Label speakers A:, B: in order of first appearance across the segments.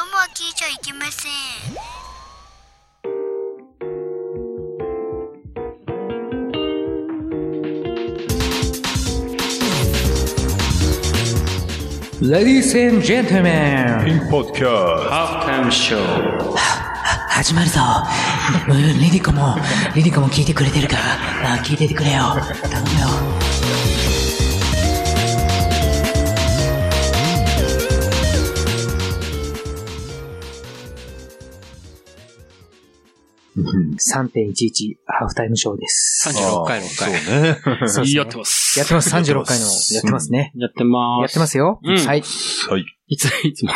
A: ゃいけません。
B: Ladies and gentlemen,
C: In Podcast.
D: Halftime Show.
E: 始まるぞ。うん、リリコも、リリコも聞いてくれてるから、あ聞いててくれよ。頼むよ。3.11ハーフタイムショーです。
D: 36回の回。
E: そうですね
D: やってます。
E: やってます、36回の。やってますね。
D: やってま
E: やってますよ。
D: うん
E: はい。
C: はい。
D: いつ、 いつも。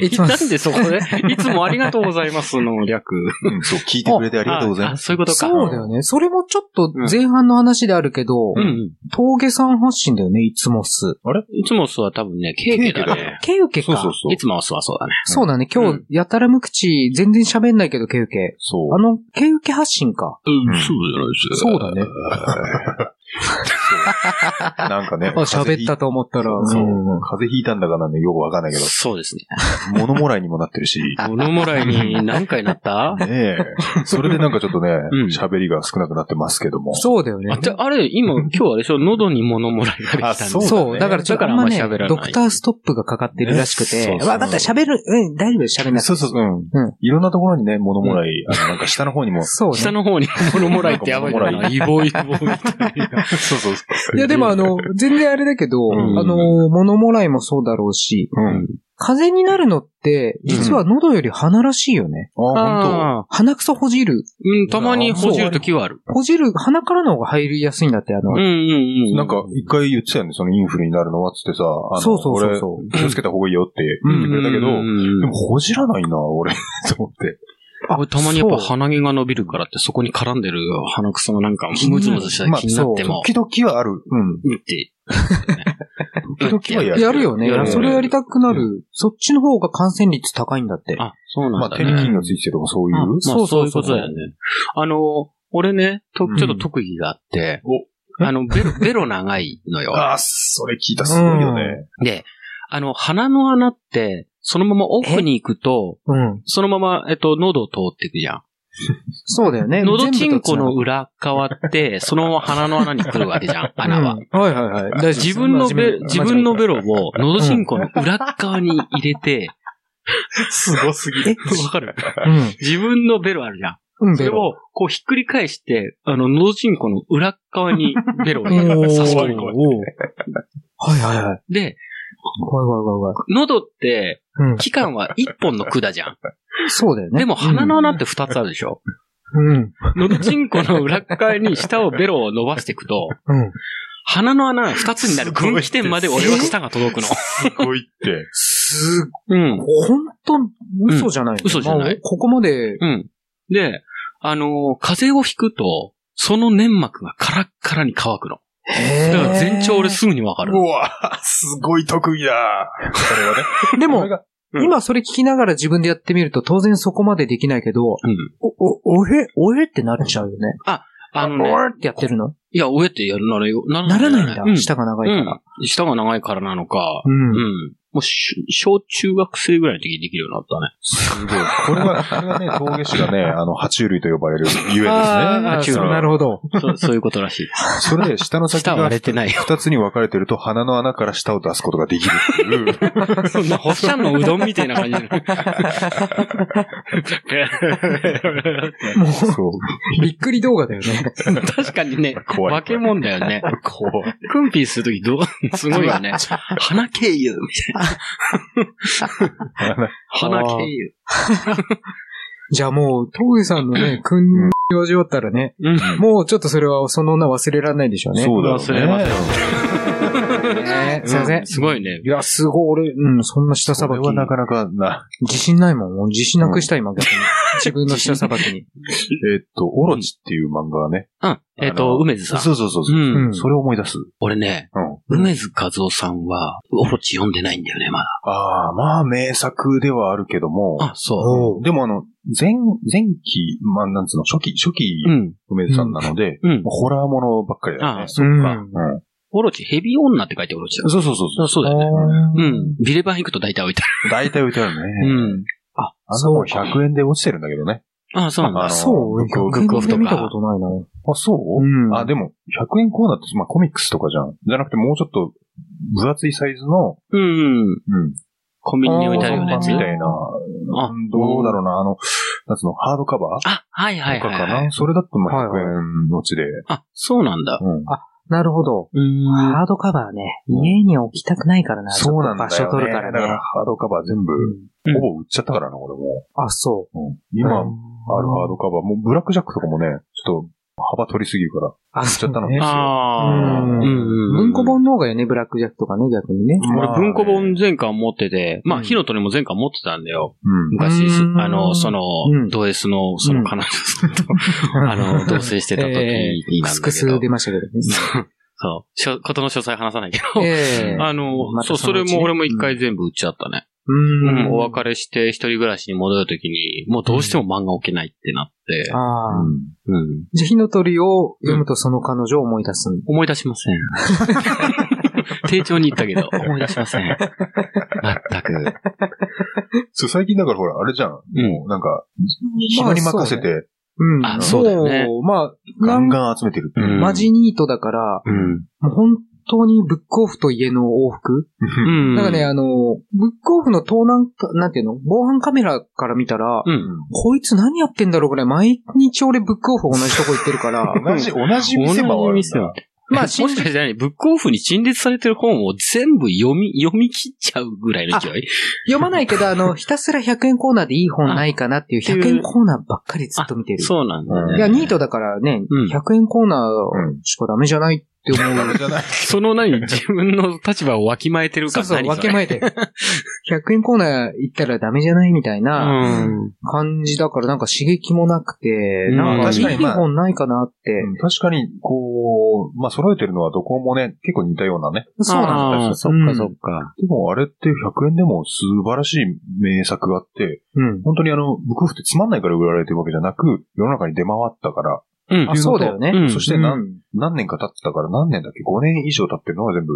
E: いつも
D: なんでそこで、いつもありがとうございますの略。
C: うんそう、聞いてくれてありがとうございます。
D: す。そういうことか。
E: そうだよね。それもちょっと
D: うん
E: 前半の話であるけど、
D: うんうん。
E: 峠さん発信だよね、いつもす。
D: いつもすは多分ね、ケーキだ
C: ケーキだ
D: ね。
E: ケウケか。
C: そ
E: そうう
C: そうそう
D: い。つもすはそうだね。
E: だね。今
D: う
E: 日、やたら無口、全然喋んないけど、ケウケ。
C: そう
E: あ。の、ケウケ発信か。
D: うん
C: そう
D: じゃないです
E: そうだね。
C: なんかね。
E: あ、喋った
C: 風邪ひい
E: と思ったら。
C: そう。
E: うん
C: 風邪ひいたんだかなんだよくわかん ないけど、
D: そうですね。
C: 物もらいにもなってるし。ね
D: このもらいに何回なった
C: え。それでなんかちょっとね
D: うん、
C: 喋りが少なくなってますけども。
E: そうだよ
D: あ
E: ね。
D: であれ、今、今日あれでしょ喉に物もらいができたんで
C: あ
D: す
C: そうだね
E: そう。だからちょっとあんまね
D: だからあんま喋らな
E: ド
D: い
E: クターストップがかかってるらしくて。
C: ねそうそう
E: わかった、喋る。うん、大丈夫、喋んなくて。
C: そうそうそう。う
E: うん
C: ん。いろんなところにね、物もらい、あのなんか下の方にも。
E: そう
D: 下
E: ね。
D: の方に物もらいってやばいな。イボイボみたいな。
C: そうそうそう。
E: いや、でもあ、の、全然あれだけど、
C: うん
E: あの、物もらいもそうだろうし、
C: うん。
E: 風邪になるのって、実は喉より鼻らしいよね。
C: あ、本
D: あー
E: 鼻くそほじる。
D: うん、たまに補充ときはある。
E: ほじる、鼻からの方が入りやすいんだって、あの、
D: うんうんうん。
C: 当なんか、一回言ってたよね、そのインフルになるのは、つってさ、あ
E: そ
C: の
E: うそうそうそう
C: 俺気をつけた方がいいよって言ってくれたけど、
D: うんうん
C: で
D: うん
C: も、ほじらないな、俺、 と思って。
D: これたまにやっぱ
E: そう
D: 鼻毛が伸びるからって、そこに絡んでる鼻くそのなんか、ムズムズしたり
C: まあ
D: 気になっても、
C: 時々はある。うん。
D: うんって。
C: 時々はやる。
E: やるよね。
D: やる
E: それやりたくなる、そっちの方が感染率高いんだって。
D: あ、そう
C: ま
D: なん
C: あ、
D: だ
C: 手
D: ね。
C: に菌がついてるとかそういう。
D: まあ、そういうことだよね。
C: ね。
D: あの、俺ね、と、
C: うん
D: ちょっと特技があって、あの、ベロ、ベロ長いのよ。
C: ああ、それ聞いた、すごいよね。
D: で、あの、鼻の穴って、そのまま奥に行くと、
E: うん。
D: そのまま、えっと、喉を通っていくじゃん。
E: そうだよね。
D: 喉チンコの
E: 全部と
D: 裏側って、そのまま鼻の穴に来るわけじゃん、
E: つな
D: 穴
E: が
D: は
E: る。。うんはいはいはい。大丈夫
D: 自分のベ、
E: 真
D: 自
E: 面目
D: 分のベロを、喉チンコの裏側に入 れて、
C: すごすぎる。
D: わかる
E: 真面目
D: 自分のベロあるじゃん。
E: うん。うん、
D: そ
E: ベ
D: れ
E: ロ。
D: を、こうひっくり返して、あの、喉チンコの裏側にベロを
E: お ー
D: 差し込む
E: おー
D: の。
E: はいはいはい。
D: で、
E: 怖い怖い怖い
D: 喉って、
E: 怖い。うん。
D: 期間は一本の管じゃん。
E: そうだよね。
D: でも鼻の穴って二つあるでしょ
E: うん。うん。
D: 喉チンコの裏側に下をベロを伸ばしていくと、
E: うん。
D: 鼻の穴が二つになる分岐点まで俺は舌が届くの。
C: すごいって。
E: す
D: うん。
E: ほんと、嘘じゃないよね、
D: うん嘘じゃな
E: ま
D: い
E: あここまで、
D: うん。で、あのー風邪をひくと、その粘膜がカラッカラに乾くの。
E: へ
D: だ
E: ー
D: から全長俺すぐにわかる
C: う。わすごい特技だ。それはね。
E: で
C: こ
E: も
C: れ、が
D: うん
E: 今それ聞きながら自分でやってみると当然そこまでできないけど、
D: うん。
E: お、お、おへ、おへってなっちゃうよね。
D: あの
E: お
D: ね、
E: へってやってるの
D: いや、おえってやるならよ、な
E: ならないんだ。
D: うん。
E: 舌が長いから。
D: うん舌が長いからなのか、
E: うん
D: うん。もうし、小中学生ぐらいの時にできるようになったね。
C: すごい。これは、これはね、峠師がね、あの、爬虫類と呼ばれるゆえですね。
E: ああ、
D: 中
E: そう
C: 学
E: なるほど。
D: そうそういうことらしい。
C: それで、下の先
D: 舌は
C: が
D: 割れてないよ。
C: 二つに分かれてると、鼻の穴から舌を出すことができるって いう。
D: そんな、ほっしゃんのうどんみたいな感じで。
E: も
C: そう。
E: う、びっくり動画だよね。
D: 確かにね、
C: 怖い
D: 化け物だよね。
C: こう。
D: クンピーするときどう、すごいよね。鼻経由みたいな。鼻経由。
E: じゃあもう、峠さんのね、くんを味わったらね、
D: うん。
E: もうちょっとそれはその女忘れられないでしょうね。
C: そうだよ
D: 忘れま
C: ね。
E: ねすいません。
D: すごいね
E: い。や、すごい、俺、うん、そんな舌さ
C: そ
E: ば
C: れ
E: き。
C: はなかなかな、
E: 自信ないもん。もう自信なくした、今、逆に。自分の舌さばきに。
C: えっと、オロチっていう漫画はね。
D: うん。えっと、梅津さん。
C: そうそうそう
D: う
C: そう。
D: ん。
E: ん
C: それを思い出す。
D: 俺ね、
C: うん。
D: 梅津和夫さんは、オロチ読んでないんだよね、まだ。
C: ああ、まあ名作ではあるけども、
D: あ、そ
C: でもあの、前、前期、まあなんつうの、初期、初期
D: う。う、ん。
C: 梅津さんなので、
D: うん。
C: ホラーものばっかりだよね
D: あ。そ
E: っ
C: うん。
D: オロチ、ヘビ女って書いてオロチだ。
C: そうそうそうそ
D: そうだよね。
E: う。
D: うんん。ビレバン行くと大体置いてあ
C: う。大体歌う
D: る。
C: ね。
D: うん。
C: あ、あんなもん100円で落ちてるんだけどね。
D: ああ、そうなんだ。
C: あの
E: そう、
C: ブックオフ
E: 100円
D: ブックオフと
E: で
D: か
E: 見たことないな。
C: あ、そう、
E: うん
C: あ、でも、100円コーナーって、まあ、コミックスとかじゃん。じゃなくて、もうちょっと、分厚いサイズの、
D: うんうん。
C: うん。
D: コンビニに置いてあるようなやつ。
C: み
D: あ
C: たいな。
D: あ
C: どうだろうな、あの、なんつうの、ハードカバー
D: はいはい
C: とか
D: はい
C: か
D: はい、
C: な。それだと、まあ、
E: はいは
C: 100円のうちで。
D: あ、そうなんだ。
C: うん。
E: なるほど。
D: うーん。
E: ハードカバーね。
C: うん
E: 家に置きたくないからな。
C: そうなんだ
E: 場
C: よ、ね。
E: 所取るから
C: だか
E: ね
C: ら、。ハードカバー全部、
D: うん
C: ほぼ売っちゃったからな、俺も。
E: あ、そう。
C: うん。今、あ
E: う
C: る
E: ん
C: ハードカバー、もう、ブラックジャックとかもね、ちょっと、幅取りすぎるから、
E: あ、
C: 売っちゃったの。
E: そうね
D: ああ。
E: うん
D: うん
E: 文庫本の方がいいよね、ブラックジャックとかね、逆にね。
C: まあ
D: 俺文庫本全巻持ってて、ま
E: う
D: あ、
E: ん
D: ヒノトにも全巻持ってたんだよ。
C: うん。
D: 昔、
E: うん
D: あの、その
E: うん、
D: ド S の、その彼女さんと、あの、同棲してた時 に
E: ク
D: なん
E: スク
D: だけ
E: ス
D: ど。
E: 出ましたけ どね。
D: そうしょ。ことの詳細話さないけど。
E: ええ
D: あの、
E: また
D: そう、
E: そ
D: そ
E: の
D: れ
E: うちね
D: も俺も一回全部売っちゃったね。
E: う
D: うん
E: ん。
D: お別れして一人暮らしに戻るときに、もうどうしても漫画置けないってなって、
E: ああ。
C: うん
D: うん
E: じゃあ、火の鳥を読むとその彼女を思い出すん
D: 思い出し ません。丁重に言ったけど、思い出しません。全く。
C: そう、最近だからほら、あれじゃん。もう、なんか、暇に任せて、
E: うん。
D: あそうだよね
E: もうまあ、
C: ガ
E: な
C: ン
E: んか、
C: ガン集めてる。、
D: うん
E: マジニートだから、
D: うん。
E: もう本当にブックオフと家の往復、
D: うん。
E: なんかね、あの、ブックオフの盗難か、なんていうの防犯カメラから見たら、
D: うん。
E: こいつ何やってんだろうぐらい、毎日俺ブックオフ同じとこ行ってるから
C: 同じ、同じ店もあるん
D: 同じ
C: だ
D: 店は
E: ま
D: ま
E: あ
D: あ、もしかして何ブックオフに陳列されてる本を全部読み、 読み切っちゃうぐらいの勢い
E: 読まないけど、あの、ひたすら100円コーナーでいい本ないかなっていう100円コーナーばっかりずっと見てる。
D: そうなんだ
C: う
E: いや、
D: ね。
E: ニートだからね、
D: うん
E: 100円コーナ
C: う
E: ーしかダメじゃないって思う。
C: ダメじゃない。
D: そ の何自分の立場をわきまえてるか
E: そうそ
D: ら
E: う、
D: 何
E: 分け
D: れ。
E: まえて。100円コーナー行ったらダメじゃないみたいうなん感じだからなんか刺激もなくて、
D: うん
E: なんかい
C: 確か
E: い
C: にまあ
E: 本ないかなって。
C: 確かに、こう、まあ、揃えてるのはどこもね、結構似たようなね。
E: そうなんだ
D: あー
E: よ。
D: そ
E: っ
D: っかそっか。
C: でも、あれって100円でも素晴らしい名作があって、
E: うん。
C: 本当にあの、ブックオフってつまんないから売られてるわけじゃなく、世の中に出回ったから、
D: うん
E: あ、。そうだよね。
D: うん
C: そして何、
E: うん
C: 何年か経ってたから、何年だっけ ?5 年以上経ってるのが全部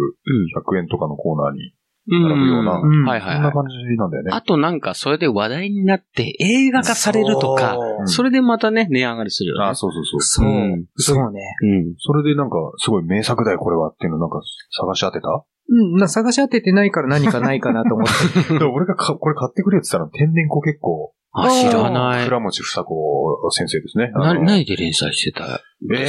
C: 100円とかのコーナーに、
D: うん
C: 並ぶような
D: うんはいはい
C: そん
D: は。
C: ない感じなんだよね。
D: あとなんか、それで話題になって映画化されるとか、
C: うん
D: それでまたね、値上がりするよね
C: あ、。そうそうそう。
E: そう
D: うん。
E: そうね。
D: うん。
C: それでなんか、すごい名作だよ、これはっていうのなんか探し当てた
E: うん、な探し当ててないから何かないかなと思って。
C: だから俺がかこれ買ってくれって言ったら、天然子結構、
D: あ、知らない。
C: 倉持房子先生ですね。あ
D: な、
C: の
D: 何で連載してた
C: え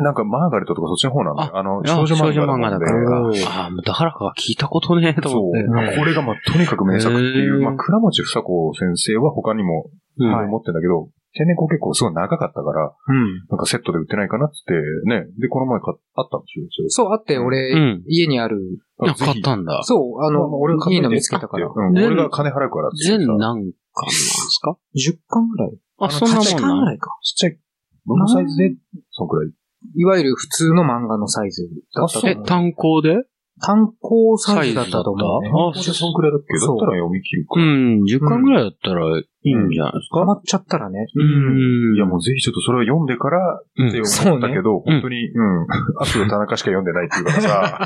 C: ー、なんかマーガレットとかそっちの方なんだよ。あの、少女漫画なんで。
D: あ少女漫画だからあ、もうだからか聞いたことねえと
C: そ
D: 思って。
C: う。これがまあ、とにかく名作ってい
D: へ
C: う、
D: ー
C: まあ、倉持房子先生は他にも、いろいろ持ってんだけど、天然子結構すごい長かったから、
E: うん。
C: なんかセットで売ってないかなって言って、ね。で、この前買っあったんですよ。
E: そう、あって俺、
D: うん
E: 家にある。
D: いや、買ったんだ。
E: そう、あ
C: あの、
E: の、
C: 俺が買っ
E: いい
C: と
E: の
C: いて
E: 見つけたから
C: っ。てうん
D: 全
C: 俺が金払うからって言って
D: 全何
C: さ
D: 巻なんですか
E: 10巻ぐらい。
D: あ、そんな
E: 8
D: も
E: 巻
D: ん
E: ぐら
D: ない
E: か。
C: ちっちゃい、どのサイズで、そんくらい。
E: いわゆる普通の漫画のサイズだったと
D: え、
E: 思う。
D: 単行で
E: 単行サイズだったと思うね。
D: あ
C: じゃそんくらいだっけだ
E: そう
C: ったら読み切るか
D: う
C: ら。
D: ん、10巻ぐらいだったらいいんじゃないです
E: ハ
D: か
E: マっちゃったらね。
D: うん。
C: いや、もうぜひちょっとそれを読んでから
D: う
C: って
D: ん。
C: 思ったけど、
D: うん
C: 本当に、うん。アフロ田中しか読んでないっていうか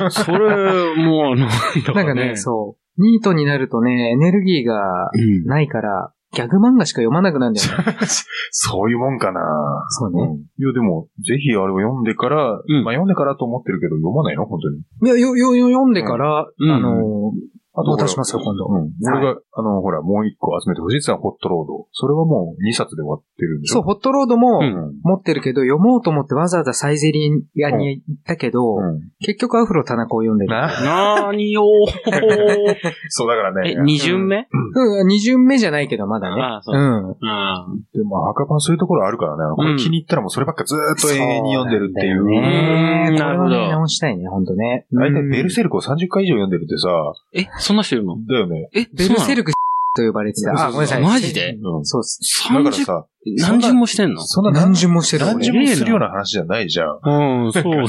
C: らさ。
D: それ、もう、あの、な
E: なんかね、そう。ニートになるとね、エネルギーが
D: うん。
E: ないから、ギャグ漫画しか読まなくなるんだよね。
C: そういうもんかな
E: そう
C: う
E: ね。
C: ん。いや、でも、ぜひあれを読んでから、
D: ん
C: まあ読んでからと思ってるけど、読まないの本当に。
E: いや、よ、よ、よ読んでから、
D: うん
E: あの、
C: あ
E: どう出しますよ、今度。
C: うん。俺が、あの、ほら、もう一個集めてほしいってのはホットロード。それはもう2冊で終わってるんでし
E: そう、
C: ょ
E: ホットロードも
D: う
C: うん。
E: 持ってるけど、読もうと思ってわざわざサイゼリアに行ったけど、
C: うん。
E: 結局アフロ田中を読んでる。
C: な
D: なーにを
C: そうだからね。
D: え、二巡目
E: うん、二巡目じゃないけど、まだね。
D: ああ、そうう。
E: ん。
D: うん。
C: でも、まあ赤パンそういうところあるからねあの。こ
D: うん
C: れ気に入ったらもうそればっかずーっと永遠に読んでるってい
E: そう
C: う。
E: なんだよ
D: う
E: ね
D: ん
E: こ
D: な
E: れは
D: るほど
E: ね、直したいね、本当ね。
C: 大体
E: うん
C: ベルセルクを30回以上読んでるってさ、
D: え、そんな人いるの
C: だよね。
D: え、
E: ベルセ
D: ル
E: ルクと呼ばれてた。あ、ごめんなさい。
D: マジで
C: うん。
E: そうっす。
C: だから
D: 三十
C: さ、
D: 何巡もしてんの
C: そんな
E: 何
C: 何十
E: 巡もしてる
C: 何十
E: 俺
C: もするような話じゃないじゃん。
D: うん、そう。
C: だ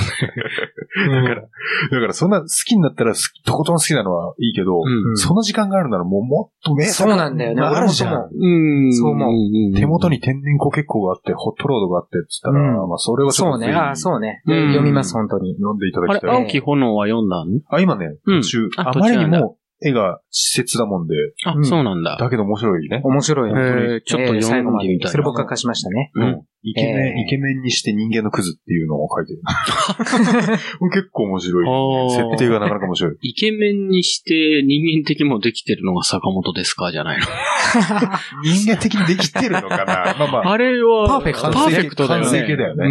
C: からそんな好きになったら好き、とことん好きなのはいいけど、
D: うん
C: その時間があるならもうもっと名作
E: そうなんだよね。
C: があ
E: 俺
C: る
E: も
C: じ
E: そう
C: ゃ
E: ん思。
D: うん。
E: そう思う
D: うん
C: 手元に天然コ結構があって、ホットロードがあってっつったら、
E: うん
C: まあそれ
E: う。
C: はちょっ
E: そ
C: と
E: う
C: ぜ
E: ね。
C: ひ
E: あ、そうね。
D: うん
E: 読みます、本当に。
C: 読んでいた
D: あ
C: だ
D: れ
C: き、たい。
D: 青き炎は読んだの
C: あ、今ね、
D: うん
C: 途中、
D: あ
C: あまりに
D: 途中なん
C: も絵が施設だもんで、
D: あ、
E: うん
D: そうなんだ。
C: だけど面白いね。
E: 面白い。
D: えーちょっと読んでみたいな
E: それ僕が貸しましたね。
D: うん
C: うんイケメン、
E: えー
C: イケメンにして人間のクズっていうのを書いて る。結構面白い。
D: あー
C: 設定がなかなか面 白い。
D: イケメンにして人間的もできてるのが坂本ですかじゃないの。
C: 人間的にできてるのかなまあまあ。
D: あれは、
E: パーフェクト
D: パーフェクトだよ
C: 完成
D: ね。
C: 形だよね。
D: う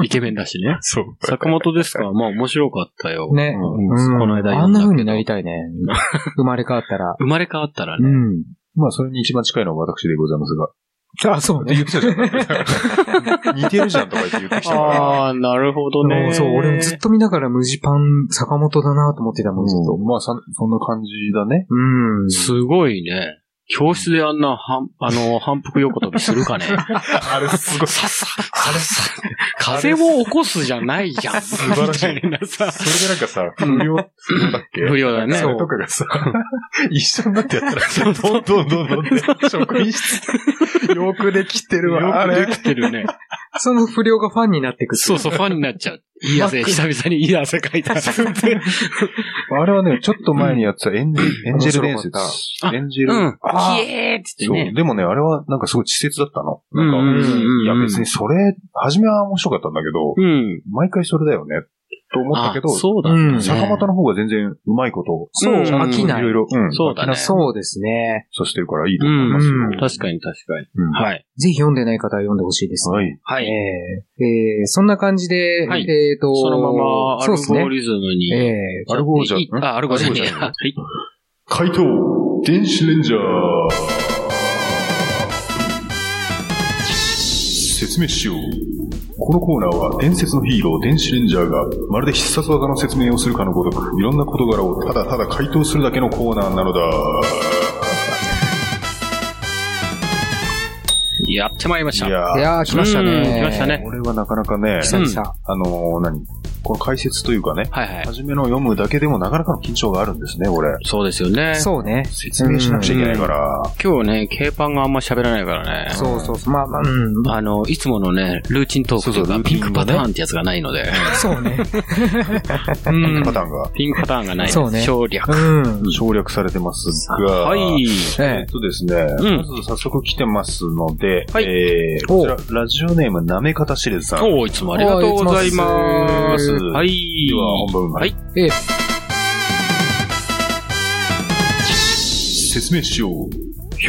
D: ん。イケメンだしね。
C: そう。
D: 坂本ですか まあ面白かったよ。
E: ね。
D: うん
E: うん
D: この間
E: あ
D: 読
E: ん
D: ん
E: な
D: だけど
E: 風になりたいね。 生まれ変わったら。
D: 生まれ変わったら
E: う
D: ね。
E: ん。
C: まあ、それに一番近いのは私でございますが。
E: あ、そう
C: って
E: ね。
C: 言ってたじゃん。似てるじゃんとか言って言ってきたから。
D: ああ、なるほど
E: う
D: ね。
E: んそう、俺もずっと見ながら無地パン坂本だなと思ってたもん、ずっと。
C: うんまあ、さそんな感じだね。
E: うん。
D: すごいね。教室であんな、はん、あの、反復横跳びする かね。
C: あれ、すごい。
D: さっさ、さっさ。風を起こすじゃないじゃん。
C: 素晴らしい
D: みたなさ
C: それでなんかさ、不良、不良だっけ
D: 不良だね
C: それとかがさ、一緒になってやったら、どんどんどんどんって、職員室。よくできてるわ、あ
D: よ
C: れ
D: くで。きてるね。
E: その不良がファンになってく
D: そうそう、ファンになっちゃう。いい汗、久々にいい汗かいた。
C: あれはね、ちょっと前にやってたエンジェル、エンジェル伝説
E: 面。
D: 白かった
C: エンジェル。
D: うん。
C: あー
D: ひえーっつって
C: そう。
D: ね。
C: でもね、あれはなんかすごい稚拙だったの。
D: うんう
C: なん
D: ん
C: か、
D: うん。
C: いや別に。それ、初めは面白かったんだけど、
D: うん。
C: 毎回それだよね、と思ったけど、
D: あそうだ
E: う
D: ね。
E: ん
C: 坂本の方が全然うまいことを、
E: そう、
D: うん
E: 飽き
C: い
E: ない。
C: ろいろ、うん、
D: そうだね。
E: そうですね。
C: そうしてるからいいと
D: う
C: 思い
D: ん
C: ますよ。
E: うん
D: 確かに確かに。
C: うん
D: はい。
E: ぜひ読んでない方は読んでほしいですね。
C: はい。
D: は
E: え
D: い。
E: ーえーそんな感じで、
D: はい
E: えっ、と、
D: そのまま、ア
E: そう
D: ル
E: です
D: ゴ
E: ね。
D: リズムに。
E: ええ
C: アルゴじゃん
D: いいあ、アルゴじゃねえや。
C: ア
D: は
C: ル
D: い。
C: 怪盗、電子レンジャー。説明しよう。このコーナーは伝説のヒーロー、電子レンジャーが、まるで必殺技の説明をするかのごとく、いろんな事柄をただただ回答するだけのコーナーなのだ。
D: やってまいりました。
E: い
C: や
E: やー、来ました
D: う
E: ね。
D: ん来ましたね
C: これはなかなかね、
E: 久々。
C: あのー、何この解説というかね、
D: はいはい。
C: 初めの読むだけでもなかなかの緊張があるんですね、これ。
D: そうですよね。
E: そうね。
C: 説明しなくちゃいけないから。
D: 今日ね、ケーパンがあんま喋らないからね。
E: そうそうそう。まあまあ、うん。
D: あの、いつものね、ルーチントークという
C: そうそ
D: か、
C: う
D: ピンクパターンってやつがないので。
E: そうね。
D: うん
C: パターンが
D: ピンクパターンがない。
E: そうね
D: 省略。
E: うん。
C: 省略されてますが、
D: はい。
C: え
E: え
C: っとですね、
D: ん
C: まず早速来てますので、
D: はい
C: えー、こちら、ラジオネームなめかたしれずさん。で
D: おーいつもありがとうございます。
C: おーいつもです
D: はい。
C: は本文、
D: はい
E: え。え
C: 説明しよう。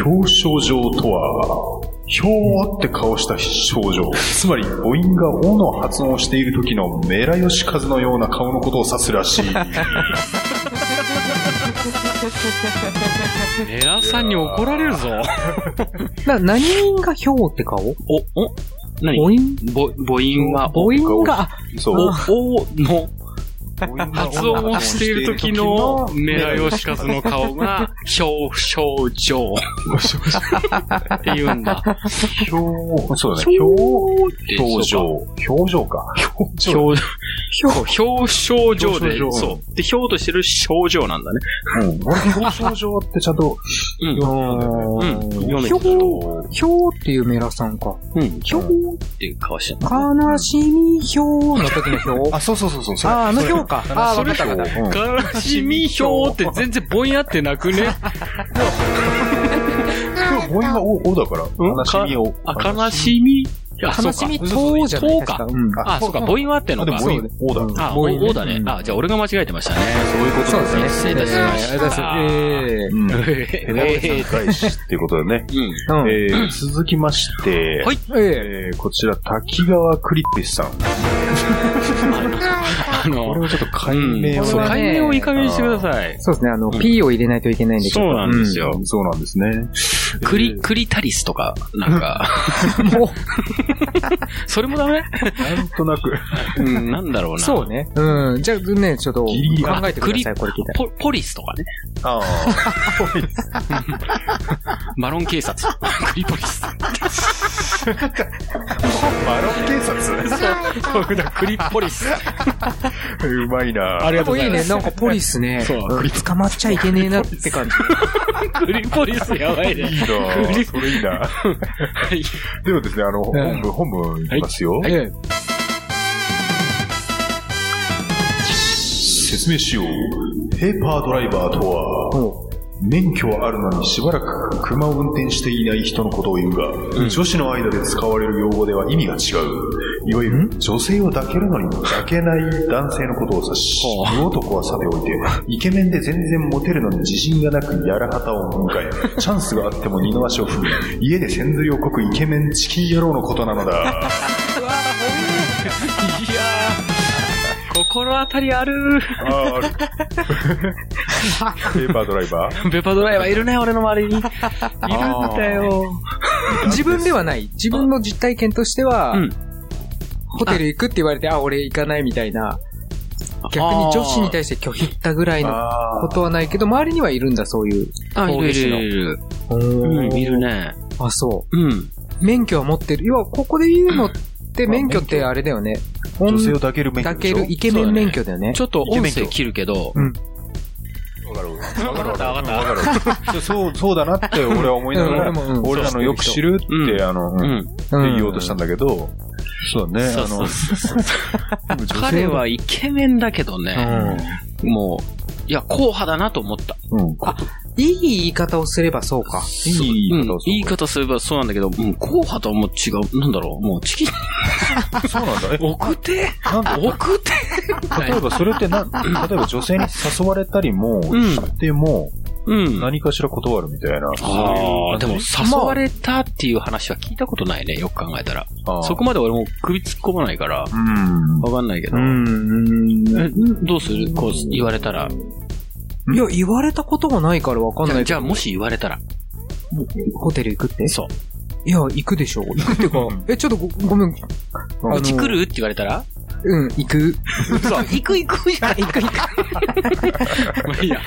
C: 表彰状とは、ひょーって顔した表情。つまり、母音がおの発音をしている時のメラヨシカズのような顔のことを指すらしい。
D: メラさんに怒られるぞ。
E: な、何がひょうって顔
D: お、お、何
E: 母音
D: ぼ母音は、
E: 母音が、あ
C: そう。
D: お、お
C: 母音
D: の
C: がおの
D: 発音をしている時のメラヨシカズの顔が、表彰状って言うんだ。
C: 表、そうだね。表、表情。表情か。表情。
D: 表、表彰状
C: 表
D: で
C: 彰状、
D: そう。で、表としてる症状なんだね。
C: うん。俺、表彰状ってちゃんと、
D: うんうん。読め
E: ひょ
D: てる
E: う、ひょうっていうメラさんか。
D: うん。
E: ひょう、
D: っていう顔してる。
E: 悲しみひょうの時のひょう。
C: あ、そうそうそうそう。それ
E: あー、あのひょうか。あー、わかったわかった。
C: うん
D: 悲しみ表って全然ぼんやってなくね。
C: 母音がお、おだから。
D: うん
C: 悲しみを。
D: あ、悲しみ。あそう
E: 悲
D: か
E: しみとうじゃない確か。うん。
D: あ、そうか、母音はあってん
C: あ、
D: の
C: で
D: か
C: も。母音、おだ。
D: あ、
E: 母音ね
D: お、おだね
E: う。ん
D: あ、じゃあ俺が間違えてましたね。そういうこと
E: そうですね。
D: 失礼いたしまし
E: えーありがとうござい
D: た。
E: ますえ
C: うん。
D: え
C: ペ
D: ー
C: ナルティ
D: え
C: ー返しっていうことでね。
D: ーうん。
E: ーうん。
C: えー、続きまして
D: は、い
E: え
C: えー、こちら、滝川クリッピスさん。
D: あ
C: こ
D: の
C: れ、をちょっと解明
D: うん
C: を。
D: そ
E: こ
D: う、
E: れはね
D: 解明をいい加減にしてください
E: え。そうですね、あの、
D: ん
E: P を入れないといけないんで、ちょっ
D: そう
E: と
D: なんですよ。
C: そうなんですね。
D: クリ、クリタリスとか、なん か。もう。それもダメ
C: なんとなく、
D: うん、なんだろうな。
E: そうね。うん。じゃあね、ちょっと考
C: ギリギリ
E: えてください、これ聞いたら。
D: ポ。ポリスとかね。
C: あ
D: マロン警察。 クリポリス。
C: ーマロン警察
D: クリポリス。
C: うまいな
D: ありがとうございま
E: ね、
D: す。
E: なんかポリスね。
D: そう
E: うん捕まっちゃいけねえなって感 じ。
D: クリポリスやばい
C: いい
D: ね。
C: な
D: クリ
C: ぁ。それいいなではですね、あの、
E: ん
C: 本部、本部いきますよ。
E: ええ
C: 説説明しよう。ペーパードライバーとは、免許はあるのにしばらく車を運転していない人のことを言うが、女子の間で使われる用語では意味が違う。いわゆる女性を抱けるのに抱けない男性のことを指し、色男はさておいて、イケメンで全然モテるのに自信がなくやらはたを迎え、チャンスがあっても二の足を踏み、家でせんずりをこくイケメンチキン野郎のことなのだ。
D: 心当たりある。
C: あーペーパードライバー
D: ペーパードライバーいるね、俺の周 りに。いるんだよ。
E: 自分ではない。自分の実体験としては、
D: うん
E: ホテル行くって言われて、あ、俺行かないみたいな、逆に女子に対して拒否ったぐらいの
C: あー
E: ことはないけど、周りにはいるんだ、そういう。
D: あ
E: いるいるいる
D: る。
E: お
D: うん、いるね。
E: あ、そ
D: うん。
E: う。免許は持ってる。要は、ここで言うのって、免許ってあれだよね。
C: 女性を抱ける免許
E: 抱
C: で
E: け
C: しょ
E: るイケメン免許だよね。
D: ちょっと音声切るけど、
C: わかるわかるわか
D: わ
C: る
D: か
C: わかるそう、そうだなって俺は思いながら、
E: うん俺もうん
C: 俺らのよく知るって、あの、
D: う
C: うんって
D: ん。
C: 言おうとしたんだけど、そうだね、
D: そ
C: あ
D: うそ
C: の
D: う、彼はイケメンだけどね、もう、いや、硬派だなと思った。
C: うん、うん、
E: いい言い方をすればそうか。
C: いい
D: うん
C: 言い方をする
D: 言い方すればそうなんだけど、うん、硬派とはもう違う、なんだろう、もうチキン、
C: そうなんだ。え、
D: 奥手
C: なんで
D: 奥手
C: 例えばそれってな、例えば女性に誘われたりも
D: ん
C: しても、
D: うん。
C: 何かしら断るみたいな。
D: ああ、でも誘わ
C: れ、
D: れたっていう話は聞いたことないね、よく考えたら。
C: あー
D: そこまで俺も首突っ込まないから、
C: うん。
D: わかんないけど。
E: ん。
D: えどうするこう言われたら。
E: いや、言われたことがないからわかん
D: じゃ
E: な
D: あ
E: いけ
D: じ
E: ど。
D: ゃあもし言われたら。
E: ホテル行くって
D: そう。
E: いや、行くでしょ。行くってか、え、ちょっとごごめん。
D: う
E: う
D: ち来るって言われたら
E: うん、行く。
D: そう、行く行くじゃ行く行く。まあいいや。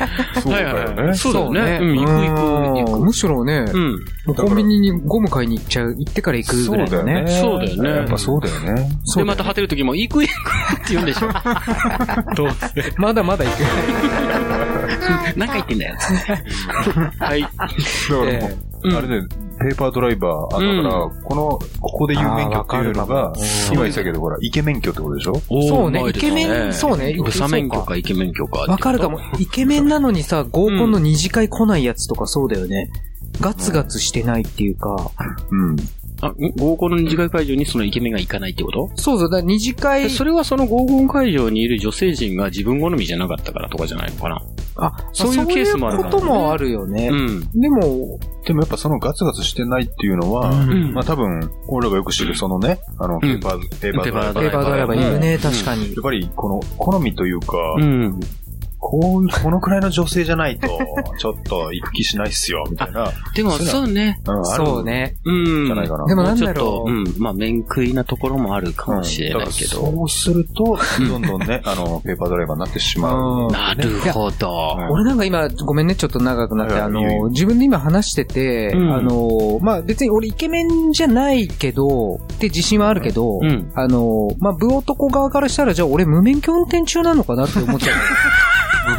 C: そうだよね。
D: そうだよね。うん、行く行く行
E: むしろね、
D: く。うん。
E: もうコンビニにゴム買いに行っちゃう、行ってから行くぐらいだね。
D: そうだよね
C: やっぱそうだよね。
D: で、また果てる時も、行く行くって言うんでしょ。どうせ。
E: まだまだ行く。
D: 何か言ってんだよ。はい。
C: だからもう
E: え
D: うん
C: あれで、ペーパードライバー、あ
D: うん
C: だから、この、ここで言う免許っていうのが、今言ってたけど、ほら、イケ免許ってことでしょ
E: そうねイケメンそうね
D: ブサ免許かイケメン許か。
E: えわかるかも。イケメンなのにさ、合コンの二次会来ないやつとかそうだよね。ガツガツしてないっていうか。
C: うん。
D: あ、ん合コンの二次会会場にそのイケメンが行かないってこと
E: そうそう、だから二次会、
D: それはその合コン会場にいる女性陣が自分好みじゃなかったからとかじゃないのかな
E: あ、
D: そういうケースもある
E: そう
D: か
E: いう
D: ら
E: こともあるよね
D: う。ん。
E: でも、
C: でもやっぱそのガツガツしてないっていうのは、
D: ん
C: まあ多分、俺らがよく知るそのね、あの、ペーパー、ペーパードライバー。
E: ペーパードライバーいる
D: う
E: ね、
D: ん
E: 確かに
C: や。っぱり、この、好みというか、
D: うん。
C: こういう、このくらいの女性じゃないと、ちょっと行く気しないっすよ、みたい な。
D: でも、
C: そうだ
D: そうね。
C: うん、ある
E: そうん
C: じ
E: ね。
D: うん。
C: ゃないかな。
E: でも
D: も
E: な
D: うんちょ
E: だ
D: っ
E: ろ、
D: とう
E: う。
D: ん。まあ、面食いなところもあるかもしれないけ
C: うんだから
D: ど。
C: そうすると、どんどんね、あの、ペーパードライバーになってしま
E: う
C: う。
E: ん
D: なるほど。
E: 俺なんか今、ごめんね、ちょっと長くなっ
C: い
E: て、
C: や
E: あ
C: いいよいいよ
E: の、自分で今話してて、
D: うん
E: あの、まあ、別に俺イケメンじゃないけど、って自信はあるけど
D: う、ん。
E: あの、まあ、部男側からしたら、じゃあ俺無免許運転中なのかなって思っちゃ う。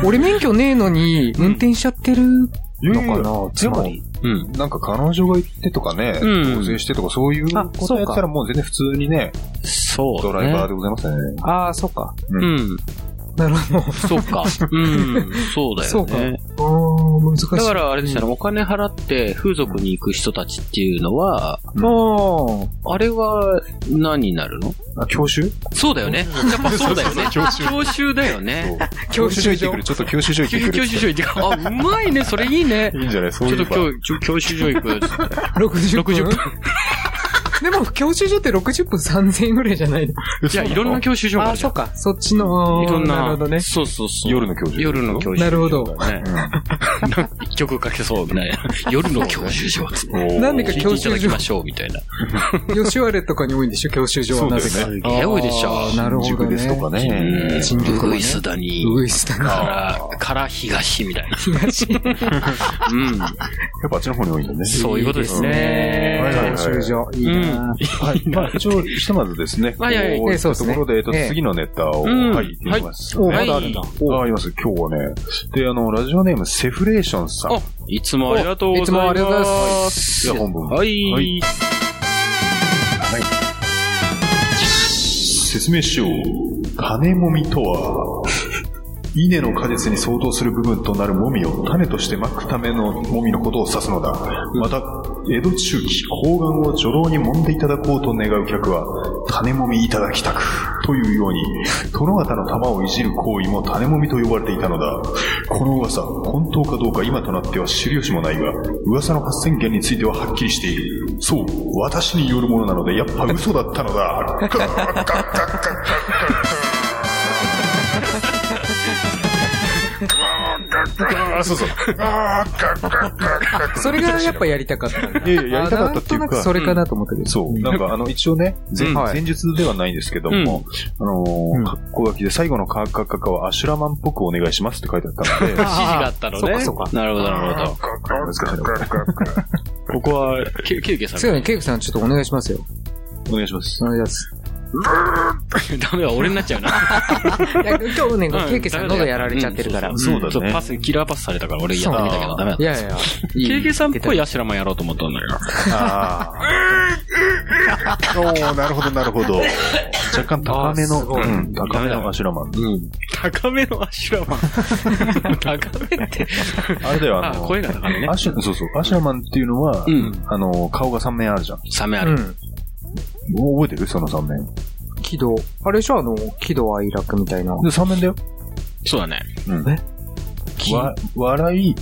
E: 俺免許ねえのに、運転しちゃってるの
C: いやいやいや
E: かな、つまり。
D: うん。
C: なんか彼女が言ってとかね、
D: うん
C: 同棲してとかそういう
E: あ
C: こ
E: そ
C: と
E: うか
C: やったらもう全然普通にね、
D: そう。
C: ドライバー
D: で。
C: でございますね。
E: ああ、そっか。
D: うん。
E: なる ほ
D: そう か。うん。そうだよね。
E: そうかど。うーん、難しい。
D: だから、あれでしたね、お金払って風俗に行く人たちっていうのは、
E: もう、
D: あれは何になるの
C: あ、教習
D: そうだよね。やっぱそうだよね。教習。だよね。
E: 教習所
C: 行ってくる。ちょっと教習所行って
D: 教
C: くる。
D: 教習所行ってから、あ、うまいね、それいいね。
C: いいんじゃないそ
D: ち
C: う
D: ょ
C: い
D: っ
C: う
D: と今日、ちょ教習所行く。
E: 60分。
D: 60分。
E: でも、教習所って60分3000円ぐらいじゃないの
C: 日
D: いや、いろんな教習所が
E: あ
D: あ
E: あ、
D: るじゃ
E: そ
D: ん
E: っか。そっちの、
D: いろんな。
E: るほどね。
D: そうそうそう。
C: 夜の教授
D: 夜の教授。
E: なるほど。
D: ね。一曲かけそうみたいな。夜の教授所つって。
C: おー
E: なんでか
D: 聞い
E: 教
D: ていた
E: 習
D: だき
E: 所
D: ま、しょうみたいな。
E: 吉原とかに多いんでしょ、教習所はなぜ
C: そ
E: か
C: う。
D: すげえ多いでしょ。
E: あーなるほど
C: 塾
E: ね。
C: ですとかね。
D: う
E: 新
D: ん。
E: 宿
D: ウ
E: とか
D: グ
E: ね
D: イスだに。
E: うぐいすだな。
D: から、から東みたいな。
E: 東。
D: うん。
C: やっぱあっちの方に多いんだね。
D: そういうことです
C: うんはいはいは
D: ね
C: い。
E: 教習所。いいな
C: はい。まあ、一応、ひとまずですね。
D: はいはい
C: こう
E: ええそうですね
C: ところで、えっと
E: ええ
C: 次のネタを、
D: うん
C: はい、いきます。
E: お、
D: は
E: ま
D: い
E: だあるんだ。
C: あ、あります。今日はね。で、あの、ラジオネーム、セフレーションさん。
D: あ、いつもありがとうございま
E: いつ
D: す。。
E: もありがとうございます
C: では本文。
D: はい。
C: はい説明しよう。金もみとは、稲の果実に相当する部分となるもみを種としてまくためのもみのことを指すのだ。また、江戸中期、睾丸を女郎に揉んでいただこうと願う客は、種もみいただきたく、というように、殿方の玉をいじる行為も種もみと呼ばれていたのだ。この噂、本当かどうか今となっては知る由もないが、噂の発信源についてははっきりしている。そう、私によるものなので、やっぱ嘘だったのだ。ガッガッガッガッガッあーそうそう。あーガッガッガッガッガッ
E: それがやっぱやりたかったんだ。
C: いやいややりたかったっていうか
E: あなんとなくそれかなと思ったけど。
C: そう。なんか、あの、一応ね、前
E: はい
C: 前述ではないんですけども、あの
E: うん
C: ー、格好書きで最後のカーカーカーカーはアシュラマンっぽくお願いしますって書いてあったので、
D: 指示があったの
E: そ
D: ね。
E: うかそう
D: なるほど、なるほど。
C: 難しいな
D: ここは、休休憩さ
E: そう
D: れ
E: よね、ケイクさんちょっとお願いしますよ。
C: お願いします
E: お。願いします。
D: る。 ダメだ、俺になっちゃう な。
E: いや今日ね、
D: うん
E: ケイクさん喉やられちゃってるから。
D: うん
E: い
C: そうだね
D: ちょっとパス、キラーパスされたから俺やってみたけどダメだった。
E: やいや。いい
D: ケイケイさんっぽいアシュラマンやろうと思ったんだけど。
C: ああ。おーなるほど、なるほど。若干高めの、うん高めのアシュラマン。
D: うん。高めのアシュラ マン。高めって。
C: あれだよ、あ
D: あ、
C: の、
D: 声が高めね
C: ア。シュ、そうそう、アシュラマンっていうのは
D: う、ん。
C: あの、顔が3面あるじゃん。
D: サメあ
E: う
D: る。
E: ん。
C: 覚えてるその3面。
E: 喜怒。あれでしょあの、喜怒哀楽みたいな。
C: で、3面だよ。
D: そうだね。
C: うん。わ、笑い、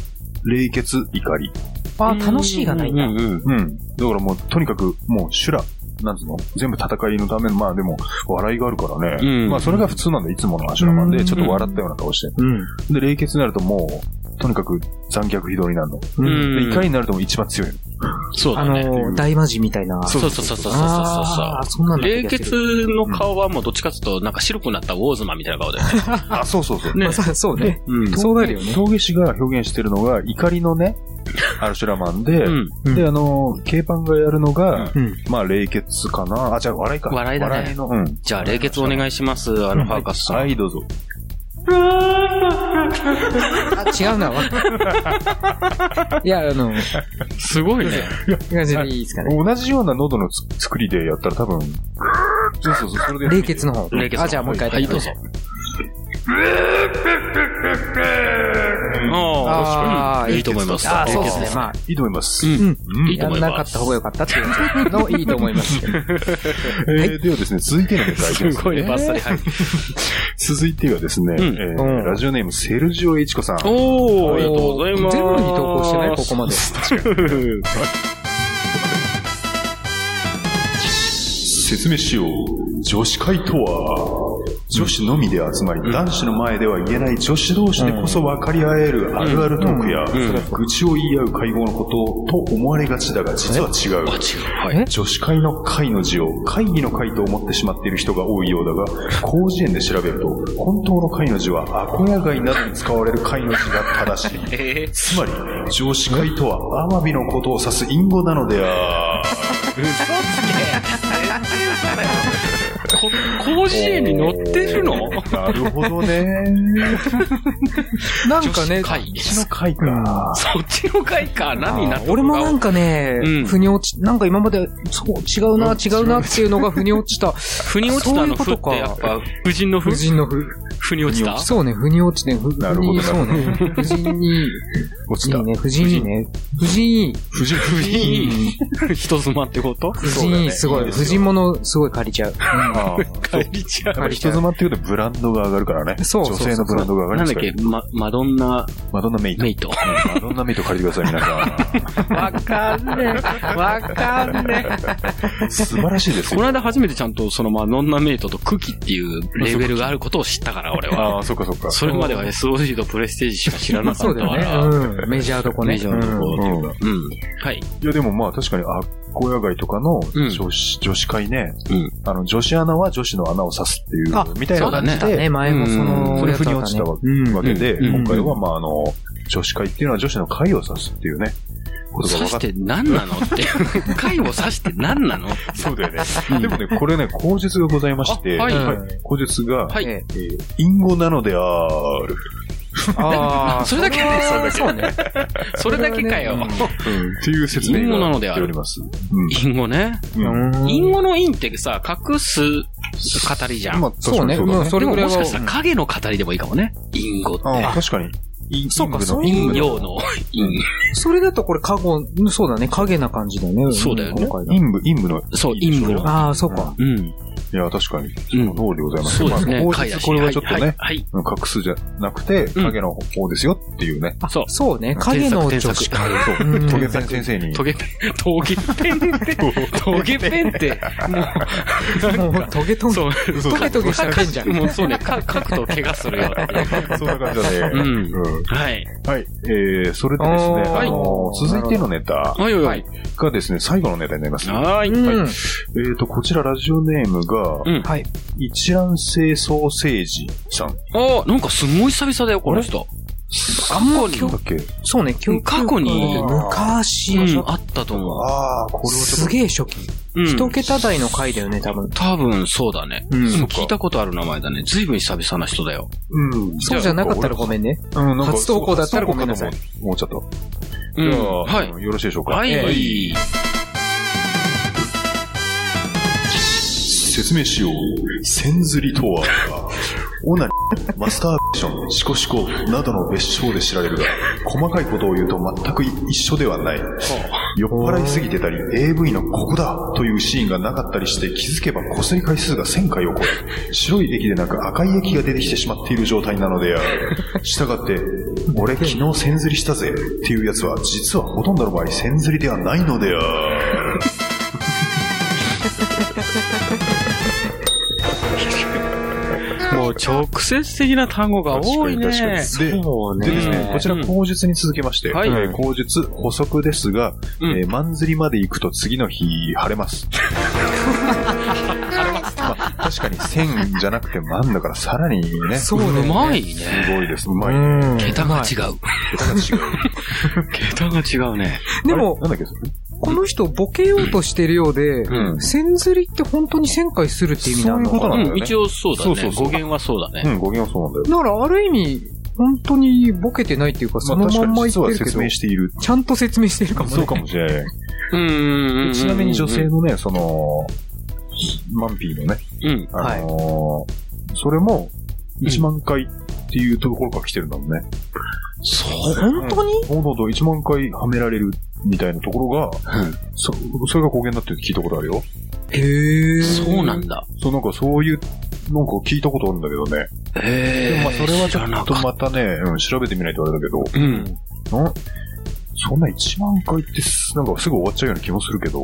C: 冷血、怒り。
E: あ、楽しいがないんだ。
D: うんうん。
C: うん。だからもう、とにかく、もう、修羅。なんつうの全部戦いのための、まあでも、笑いがあるからね。
D: うん
C: まあそれが普通なんで、いつものアシュラマン
E: う
C: で、
E: ん
C: ちょっと笑ったような顔して。
E: うん。
C: で、冷血になるともう、とにかく残虐非道になるの。
E: うん
C: で
D: うん
C: 怒りになるともう一番強いの。
D: そう
E: あ
D: だね。
E: の、大魔人みたいな。
D: そうそうそうそうそうそう
E: あーそんな
D: そ
E: のだっ
D: う。
E: た
D: 冷
E: 気がする。
D: 血の顔はもうどっちかっていうと、なんか白くなったウォーズマンみたいな顔だよね。
C: あ、そうそうそう。
D: ね
E: まあそうそうね。
D: うん。
E: そうなるよね。
C: 峠師が表現してるのが、怒りのね、アシュラマンで、
D: うん。
E: うん
C: で、あの、ケパンがやるのが、
E: うん。
C: まあ、冷血かな。あ、じゃあ、笑いか。
D: 笑いだね
C: 笑いの。うん。
D: じゃあ、冷血お願いします、あの、ファーカスさ
C: は
D: ん。
C: い、どうぞ。
E: あ、違うな。わいや、あの、い
D: すごいね。
E: い感じでいいですかね。
C: 同じような喉のつ作りでやったら多分、そうそうそう、それでやって
E: 冷
C: みて。
E: 血の方。
D: 冷血
E: あ、じゃあもう一回
D: はい、どうぞ。。あ
E: あ
D: あ、
E: ー
D: いいと思います。
E: あ、そう
D: 冷
E: で
D: 血
E: すね。まあ、
C: いいと思います。
D: うん
C: うん
D: いいと
E: や
D: 思
E: ん
D: いま
E: な
D: す
E: かった方が良かったっていうのいいと思います けど。
C: えーではですね、続いてのネタいきますす、ね。
D: ごいね、バッサリ入る。
C: 続いてはですね、
D: う
C: え
D: ん
C: ー
E: うん
C: ラジオネーム、セルジオエイチコさん。
D: おー、ありがとうございます。
E: 全部に投稿してないここまで。
C: 説明しよう。女子会とは、女子のみで集まり、男子の前では言えない女子同士でこそ分かり合えるあるあるトークや、 愚痴を言い合う会合のことと思われがちだが、実は違う。
D: 違う。はい。
E: え
C: 女子会の会の字を会議の会と思ってしまっている人が多いようだが、広辞苑で調べると、本当の会の字はアコヤ貝などに使われる会の字が正しい。
D: え
C: つまり、女子会とはアワビのことを指す隠語なのである。
D: ー、甲子園に乗ってるの
C: なるほどね。
E: なんかね、
D: 会
C: うちの会か。
D: そっちの会か。何になって
E: 俺もなん
D: か、
E: かね
D: うん、
E: 腑に落ち、なんか今まで、そう、違うな、違うなっていうのが腑に落ち た。
D: 腑に落ちたの
E: そう
D: 腑
E: い
D: っ
E: うことか
D: てやっぱ、婦人の腑
E: 夫人の腑。
D: 腑に落ちた
E: そうね、腑に落ちね、ふ
C: な
E: 腑
C: るほど
E: に、そうね。婦人に、い
C: 落ち
E: い
C: た。
E: ね、婦人いいね。婦人いい。
D: 婦人、婦人、人妻ってこと
E: 婦人いい、すご
C: いい
E: い。
C: ですよ
E: 婦人物、すごい借りちゃう。
C: あ
D: 帰りちゃ
C: あ人妻っていうとブランドが上がるからね。
E: そうそうそう
C: 女性のブランドが上がり
D: う。な
C: ま
D: んだ
C: す
D: っ
C: から
D: け、ま、マドンナ
C: マドンナメイト。
D: メイト。
C: うんマドンナメイト借りてください、皆さ
E: わかんねえ。わかんね
C: ん。素晴らしいです
D: こ
C: よ
D: の。間初めてちゃんとそのマドンナメイトとクキっていうレベルがあることを知っ たから、俺は。
C: ああ、そっかそっか。
D: それまでは SOG とプレステージしか知ら
E: まあ
D: なか
E: そ
D: っ
E: う
D: た
E: だよ
D: か
E: ね
D: ら。。
E: うん。メジャーどこね。
D: メジャーのところっていうか。うん。はい。
C: いやでもまあ確かに、あ、小屋街とかの
D: うん
C: 女子、女子会ね、
D: うん
C: あの、女子穴は女子の穴を刺すっていう
E: あ、
C: みたいな感じ
D: そう
E: うんね、
C: で、
E: 前もそ
D: うん
E: の、
C: それ
E: やつ
C: 腑
E: だ
C: に
E: ったね
C: 落ちたわ
E: うん
C: わけで、
D: うん
C: 今回はまああの、女子会っていうのは女子の会を指すっていうね、ことが
D: 刺
C: 分か
D: し
C: って。
D: て何なのって。 回を刺して何なの
C: そうだよね。でもね、これね、口述がございまして、
D: あはい
C: い口述が、
D: はい。
E: ええ
C: えー隠語なのである。
E: ああ。
D: それだけね
E: それはそうね。
D: それだけかよ
E: うん。
C: っていう説明
D: 隠語な
C: が
D: のであ
C: 出て
D: る
C: おります。
D: 隠語ね。
C: うん。うん
E: うん
D: 隠語の隠ってさ、隠す語りじゃん。
C: まあ、確か
E: そう
C: に
E: ね
C: そうだ
E: まあ
C: ね。
E: それぐらい
D: もしか
E: は
D: したら影の語りでもいいかもね。因果って。
C: あ確かに。イン
E: そうか
C: イング
E: そ
C: の
E: う
C: イン
D: 陰
C: グ
D: 陽の陰。
E: それだとこれ、過去、そうだね、影な感じだよね。
D: そうだよね
E: 今回
C: インブ、インブの。
D: そう、
C: いいでし
D: 陰
C: ょ
D: 陽。
E: ああ、そうか。
D: うん。
C: いや、確かに。
D: うん
C: その通りでございます。
D: そうですね。
C: まあ
D: 貝
C: 口
D: だ
C: 実
D: し
C: これはちょっと
D: はい
C: ね、
D: はい。
C: 隠すじゃなくて、
D: うん
C: 影の方ですよっていうね。
D: はいそう。
E: そうね、影の
D: 添
E: 直
D: 削添削
C: そう
E: うん。
C: トゲペン先生に。
D: トゲペン、トゲペンって、トゲペンって、 もう、
E: もう、トゲトゲ。
D: そう、
E: トゲトゲしたらペンじゃん
D: もうそうね、か書くと怪我するよ。
C: そんな感じだね。
D: うん
C: うん
D: はい。
C: はい。えー、それでですね、
E: あー
C: あのー、続いてのネタ
D: はいはいはい。
C: がですね、最後のネタになります。
D: は
E: う
D: い。
E: ん。
C: えーと、こちらラジオネームが、
D: うん
E: はい。
C: 一卵性ソーセージさん。
D: ああ、なんかすごい久々だよ、この人。あんまり、
C: だっけ
E: そうね、今日。
D: 過去に
E: 昔、
D: うん、あったと思う。
C: ああ、これはちょ
E: す
C: っと。
E: げえ初期。
D: うん
E: 一桁台の回だよね、多分。
D: 多分そうだね。
E: う
D: で
E: ん
D: も聞いたことある名前だね。ずいぶん久々な人だよ。
C: うん
E: そうじゃなかったらごめんね。
C: うん、なんか
E: 初投稿だったらごめんなさい
C: 初投稿かと思う。もうちょっと。
D: うん。
C: じゃあ
D: はい
C: あの。よろしいでしょうか。
D: はい。
C: ええ
D: は
C: 説明しよう。千釣りとは、オナニー、マスターベーション、シコシコなどの別称で知られるが、細かいことを言うと全く一緒ではない。酔っ払いすぎてたり、AV のここだというシーンがなかったりして気づけばこすり回数が1000回を超え、白い液でなく赤い液が出てきてしまっている状態なのである。したがって、俺昨日千釣りしたぜっていうやつは、実はほとんどの場合千釣りではないのである。
D: い。もう直接的な単語が多いね。
C: 確かに確かにで
D: そう
C: でですね、こちら
D: うん
C: 口述に続きまして、
D: はい
C: えー口述補足ですが、
D: うん
C: えー、マンズリまで行くと次の日晴れます。まあ、確かに1000じゃなくてマンだからさらに ね、す
E: そうだよ
D: う
E: ね。
D: まいね。
C: ごいです。うまい。
E: うん。
D: 桁が違う。桁が違う。桁が違うね。
E: で
C: あ
E: も
C: れ、なんだっけ、それ
E: この人ボケようとしてるようで、
C: うん
E: 千釣りって本当に1000回するって意味なのか
C: そういうことなんだよ
D: うん、
C: ね
D: 一応そうだ
C: そうそ
D: ね。
C: うそう
D: 語源はそうだね。
C: うん、語源はそうなんだよ。
E: だからある意味、本当にボケてないっていうか、その
C: まあ、確
E: ま
C: か
E: ん
C: に
E: ま言
C: 実
E: っ
C: は
E: てるけ
C: 説
E: ど
C: 明、している。
E: ちゃんと説明してるかもね。
C: そうかもしれない。
D: うんうんうんうん。
C: ちなみに女性のね、その、マンピーのね、
D: うん。
C: あのーそれも1万回っていうところから来てるんだもんね。
D: そう。
E: 本当に、
C: ほんと1万回はめられるみたいなところが、
D: うん
C: そそれが語源だって聞いたことあるよ。
E: へえ。
D: そうなんだ。
C: そう、なんかそういう、なんか聞いたことあるんだけどね。
D: へえ。
C: でもまあそれはちょ
D: 知らな
C: っと
D: か
C: またね、うん、調べてみないとあれだけど、
D: たうん。
C: なそんな1万回ってすなんかすぐ終わっちゃうような気もするけど、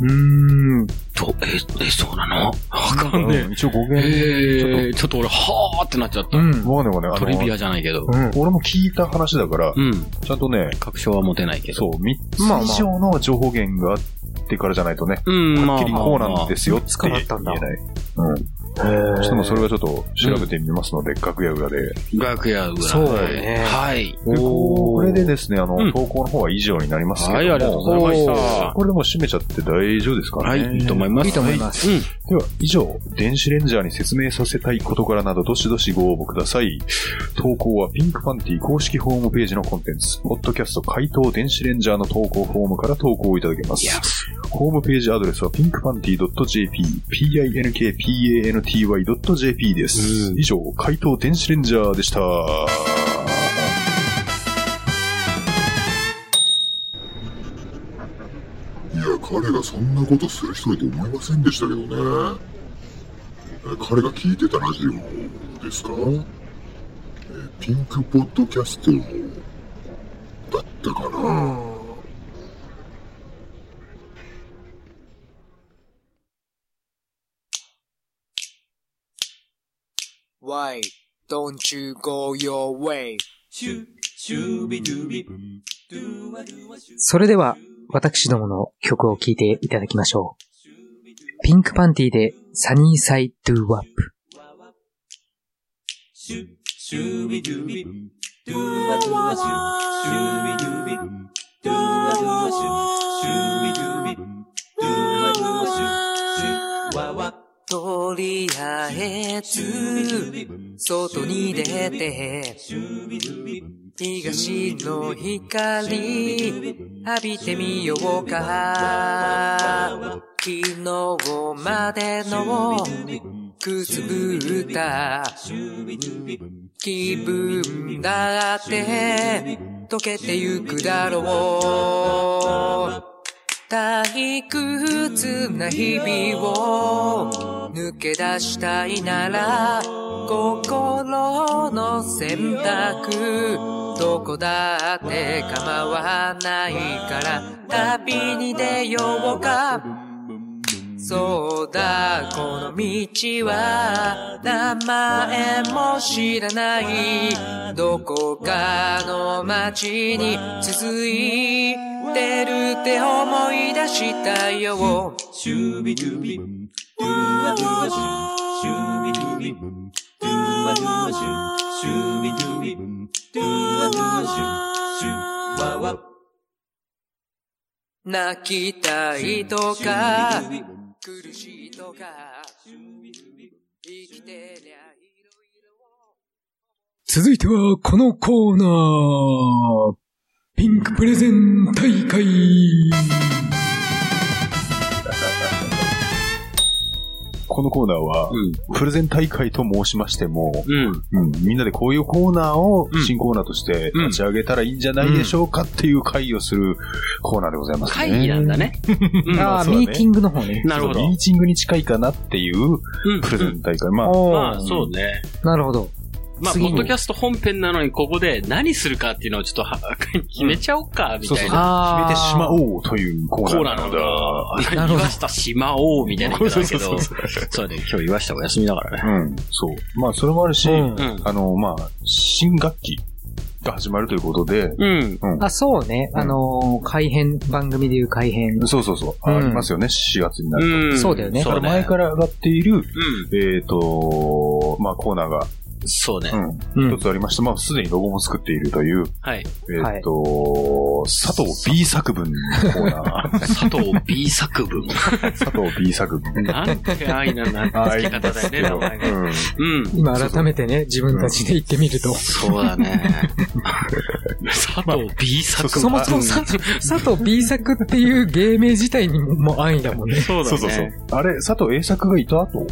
E: うーん。
D: と、え、え、そうなのわかん
C: う
D: ね
C: ん一応語
D: え。
C: 源、
D: へえ。ちょっと俺、はーってなっちゃった
E: う。ん。
C: わかんないわかん
D: ト
C: ない
D: リ
C: あの
D: ビアじゃないけど。
C: うん、俺も聞いた話だから、
D: うん。
C: ちゃんとね、
D: 確証は持てないけど。
C: そう、3つ
E: まあまあ
C: 以上の情報源があってからじゃないとね、
D: うん、まあまあ。。
C: はっきりこうなんですすよって
E: まあ
C: 言
E: まあ
C: えない。うん。ちょっともうそれはちょっと調べてみますので、楽屋裏で。
D: 楽屋裏で。
E: そうね
D: はい。
C: これでですね、あの、
D: うん
C: 投稿の方は以上になりますけども。
D: はい、ありがとうございました。
C: これでもう締めちゃって大丈夫ですかね。
D: はい、いいと思います。
E: いいと思います。
D: うん。
C: では、以上、電子レンジャーに説明させたい事柄など、どしどしご応募ください。投稿は、ピンクパンティ公式ホームページのコンテンツ、ポッドキャスト回答電子レンジャーの投稿フォームから投稿いただけます。ホームページアドレスは、pinkpanty.jp、p-i-n-k-p-a-n-t-y.jp です。以上、回答電子レンジャーでした。
F: いや、彼がそんなことする人だと思いませんでしたけどね。え彼が聞いてたラジオですかえピンクポッドキャストだったかな
E: それでは、私どもの曲を聴いていただきましょう。ピンクパンティでサニーサイドゥワップ。
G: とりあえず、外に出て、東の光、浴びてみようか。昨日までの
H: くすぶった気分だって溶けてゆくだろう退屈な日々を抜け出したいなら心の選択どこだって構わないから旅に出ようかそうだ、この道は名前も知らないどこかの街に続いてるって思い出したよ泣きたいとか苦しいとか生きてりゃいろいろ
B: 続いてはこのコーナー。ピンクプレゼン大会。
C: このコーナーは、プレゼン大会と申しましても、うんみんなでこういうコーナーを
D: うん
C: 新コーナーとして
D: うん
C: 立ち上げたらいいんじゃないでしょうかっていう会をするコーナーでございますね。
D: 会議なんだね。うん
E: ああ、
C: そうだね
E: ミーティングの方ね。
D: なるほど。
C: ミーティングに近いかなっていう
D: うん
C: プレゼン大会。まあ、
E: お
D: まあ、
E: ー
D: そうね。
E: なるほど。
D: まあ、ポ
E: 次に
D: ッドキャスト本編なのに、ここで何するかっていうのをちょっとは 決めちゃおうか、み
C: そう
D: た
C: そう、
D: い
C: 決
D: な。
E: あー
C: めてしまおうというコ
D: コ
C: ー
D: ー
C: ナー
D: ラ
C: な
D: の
C: んだ。
D: だ。
E: な
D: 何
E: る
D: 言
E: ほど
D: わしたしまおう、みたいなことだけど。そうね、今日言わしたお休みだからね。
C: うん、そう。まあ、それもあるし、
E: うん
D: うん。
C: あの、まあ、新学期が始まるということで、
D: うん。
E: あ、そうね。
C: うん
E: あのー、改編、番組でいう改編。
C: そうそうそう、
E: うん
C: ありますよね、4月になる
D: うん。
E: そうだよね
C: と。
D: そう
C: だから前か
D: ね。
C: ら上がっている、
D: うん。
C: えっ、と、まあ、コーナーが、
D: そうね
C: う。ん、
E: うん
C: 一つありまして、まあ、すでにロゴも作っているという、
D: はい。
C: えっ、と、佐藤 B 作文のコーナ ー。
D: 佐藤 B 作文。
C: 佐藤 B 作文。
D: なんて愛な名付け方だよね、名前が。
C: うん
D: うん。
E: 今改めてね、自分たちで言ってみると。
D: そうだね。佐藤 B 作文。
E: そもそも佐藤、佐藤 B 作っていう芸名自体にも安易だもんね。
D: そうだ
C: そう
D: ね。
C: そうそう。あれ、佐藤 A 作がいた後違う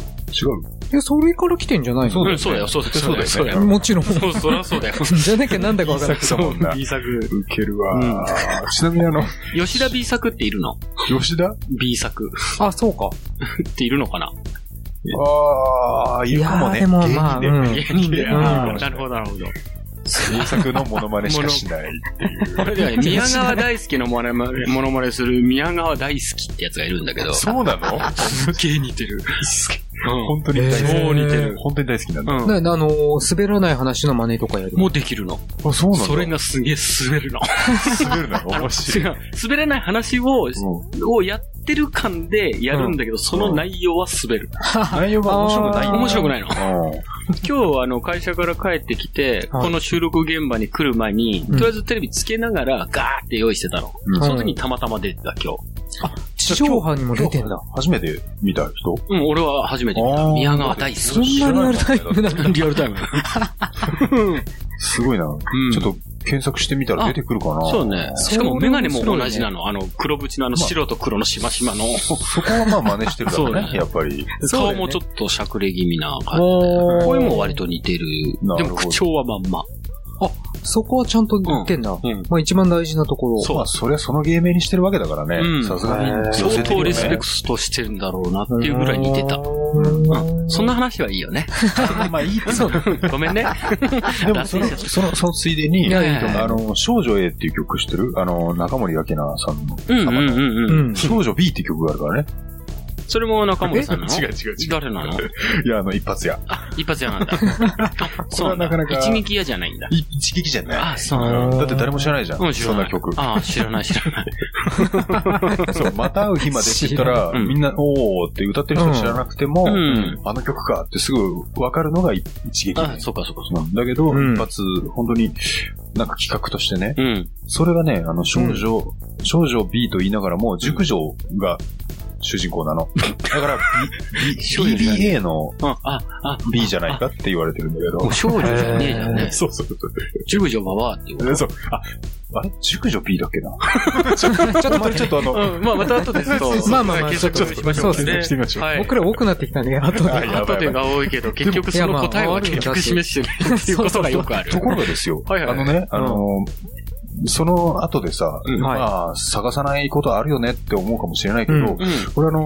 E: いや、それから来てんじゃないの
D: うんそうだよ、そうだよ、そうだよ、そうだよ。
E: もちろん。
D: そう、そりゃそうだよ。
E: じゃなきゃなんだかわからない。
C: そうだ
D: B 作。
C: ウケるわ。ちなみにあの、
D: 吉田 B 作っているの
C: 吉田
D: ?B 作
E: あ、そうか。
D: っているのかな
C: ああ、いるかも
E: い
C: ね。
E: やーでもまあ
C: 芸
E: うん
C: 人
D: 芸人で。
E: うん
D: なるほど、なるほど。
C: で、名作のモノマネしかしない。
D: これではね、宮川大輔のモノマネモノマネする宮川大輔ってやつがいるんだ けど。
C: そうなの
D: すげえ似てる。
C: 本当に大好き。
E: 超似て
D: る
C: 本当に大好きなん
D: う
C: だ。
D: ん。うん。
E: なあのー、滑らない話の真似とかやる。
D: もうできるの。
C: あ、そうなの
D: それがすげえ滑るの。
C: 滑るな。面
D: 違
C: 白い。
D: う。 滑れない話を、
C: うん
D: をやってる感でやるんだけど、その内容は滑る。
C: 内容が面白くないんだ。
D: 面白くないの。
C: う ん
D: 今日、あの、会社から帰ってきて、
E: はい
D: この収録現場に来る前に、
E: うん
D: とりあえずテレビつけながら、ガーって用意してたの。
C: うん
D: その時にたまたま出てた、今日。
E: 地上波にも出てんだ。
C: 初めて見た人
D: うん、俺は初めて見
C: あ
D: た。
C: ー
D: 宮川大
E: そん
D: 輔。
E: なリアルタイムなんだ。
D: リアルタイム。
C: すごいな。
D: ん
C: ちょっと検索してみたら出てくるかな。
D: そうね。しかも
E: それ面白
D: メ
E: い
D: ガ
E: ね
D: ネも同じなの。あの、黒縁のあの、白と黒のしましまの、
C: そ こはまあ真似してるから
D: そう
C: ね、
D: ね
C: やっぱり。
E: そうだ
D: 顔
E: よね
D: もちょっとしゃくれ気味な感じ。
E: お
D: 声も
E: ー
D: 割と似てる。
C: な
D: で
C: るほど
D: も口調はまんま。
E: そこはちゃんと言ってんだ。
D: うん。
E: まあ一番大事なところ。
D: そう
C: まあ、そりゃその芸名にしてるわけだから
D: う
C: ね。
D: ん
C: さすが
E: へ
C: に
E: ー。
D: 相当リスペ
C: ト。
D: クトしてるんだろうなっていうぐらい似てた。
E: うん
D: そんな話はいい よね。
C: まあいいけど
D: そう。ごめんね。
C: でも その、その、そのついでに、
D: いやいやいや
C: あの、少女 A っていう曲知ってるあの、中森明菜さんの。
D: うんうん
E: う
D: うんうん。
E: ん。
C: 少女 B っていう曲があるからね。
D: それも中森さんなの
C: え違う違う違う
D: 誰なの
C: いや、あの、一発や。
D: あ、一発屋なん だ。あそう
C: なかなか
D: 一撃屋じゃないんだ。
C: い一撃じゃない。
D: あ、そう
C: うんだって誰も知らないじゃん。
D: うん、知
C: そ
D: ら
C: ん
D: ない。
C: な曲。
D: あ知らない知らない。
C: そう、また会う日までって言ったら、
D: 知らんうん
C: みんな、おー って歌ってる人は知らなくても、
D: うん
C: あの曲かってすぐ分かるのが一撃
D: あ、そうかそうかそう
C: な
D: か。
C: んだけど、
E: うん
C: 一発、本当に、なんか企画としてね、
D: うん。
C: それがね、あの、少女、少女 B と言いながらも、熟女が主人公な の。だから、
D: 少女じゃ
C: BBA の
D: うん、あ、あ、
C: B じゃないかって言われてるんだけど
D: もう。 少女じゃねえじゃんね。
C: そうそうそう。
D: 熟女ははっていう。
C: そう。あ、あれ熟女 B だっ けな。ちょっと、ちょっと、ちょっとあの、
D: うん、まあまた後でちょっと、
E: まあまあまあ
D: 検索しましょう
E: そうです
C: ねしてみましょう
D: はい。
E: 僕ら多くなってきたんで、あとで。
C: はいやばいやばい
D: 後でが多いけど、結局その答えは結局示してないっていうことがよくある。
C: と。ころがですよ
D: はいはい
C: あのね、あの、その後でさ、まあ、探さないことあるよねって思うかもしれないけど、
D: うん。
C: これあのー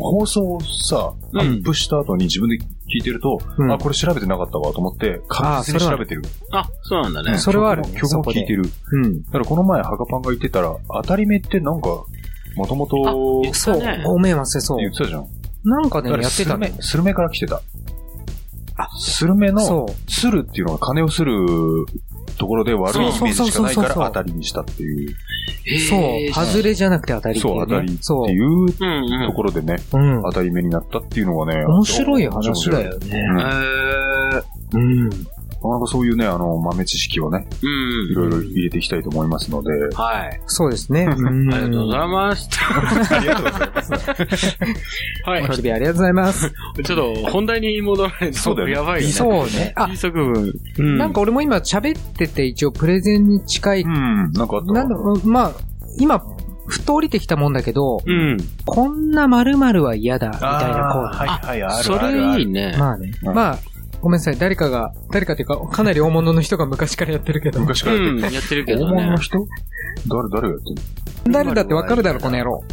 C: 放送をさ、
D: うん
C: アップした後に自分で聞いてると、
E: うん
C: あ、これ調べてなかったわと思って、確実に調べてる。
D: あ、そうなんだね。
E: それはあるね。
C: 曲
E: そ
C: も
E: こ
C: 聞
E: で
C: いてる。
E: うん。
C: だからこの前、ハカパンが言ってたら、当たり目ってなんか、もともと
D: 言っ、
E: そう
D: そうね。
E: ごめん忘れそう
C: 言。ってたじゃん。
E: なんかね、
C: だから
E: やってたね。
C: スルメスルメから来てた。スルメの、
E: そう。
C: スルっていうのが金をするところで悪いイメージしかないか
E: そうそうそうそう
C: ら
E: そう
C: 当たりにしたっていう、
E: そう。外れじゃなくて当たりっていう、ね。
C: そう、当たり
E: そ
C: っていう
D: うんうん。
C: ところでね、
E: う。うん。
C: 当たり目になったっていうのがね、
E: 面白い話だよね。
C: うん。
D: え
E: うん。
C: なかなかそういうね、あの、豆知識をね、
D: ーう
C: い
D: ん。
C: ろいろ入れていきたいと思いますので。
D: はい。
E: そうですね。
D: ありがとうございました。
C: ありがとうございます。
D: はい。
E: トリビアありがとうございます。
D: ちょっと、本題に戻らないと、
C: そうだよね
D: やばいよね。
E: そうね。あ、
D: 規則文。うん
E: なんか俺も今喋ってて一応プレゼンに近い。
C: うん、なんかあった
E: なんだろう、まあ、今、ふと降りてきたもんだけど、
D: うん。
E: こんな〇〇は嫌だ、みたいなコーナー。
C: はいはい、ある
D: それいいね。
E: まあね。
C: うん
E: まあ、ごめんなさい。誰かが、誰かっていうか、かなり大物の人が昔からやってるけど、
C: 昔からやっ
D: う
C: て
D: ん、
C: る。
D: やってるけ
C: 大
D: ど
C: 物
D: ね
C: の。人誰、誰がやってる
E: 誰だってわかるだろ、この野郎。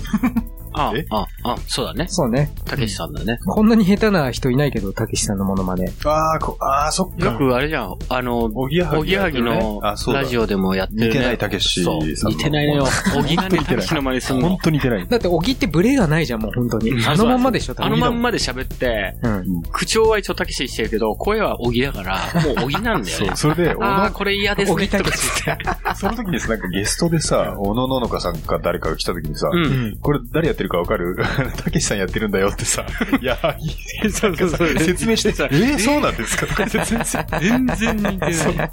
D: あ
C: え、
D: あ、あ、そうだね。
E: そうね。
D: たけしさんだね。
E: こんなに下手な人いないけど、たけしさんのモノマネ。
C: ああ、こ、ああ、そっ
D: よ。くあれじゃん、あの、
C: おぎや
D: おぎやはぎのラジ
C: オ。
D: オでもやってる、ね。
C: 似てないたけしさんの
D: そう似てないの よ。おぎやはぎのたけしの真似すん
C: 本
D: の。
C: 当に似てない。。
E: だって、小木ってブレがないじゃん、もう本当に
D: う。ん
E: あのまんまでしょ、
D: あのまんまで喋って、
E: うん。
D: 口調は一応たけしにしてるけど、声はおぎだから、もうおぎなんだよね
C: それで、お
D: ああ、
C: の、
D: これ嫌です
E: 小
D: ね、
E: 木た
D: とか
E: けし
D: 言って。
C: その時にさ、なんかゲストでさ、おのののかさんか誰かが来た時にさ、
D: うん。
C: これ誰やってるかわかる たけしさんやってるんだよって さ、いや、
D: そうそうそう
C: 説明してさ、えー、そうなんですかとか言って全 然
D: 全然似てない。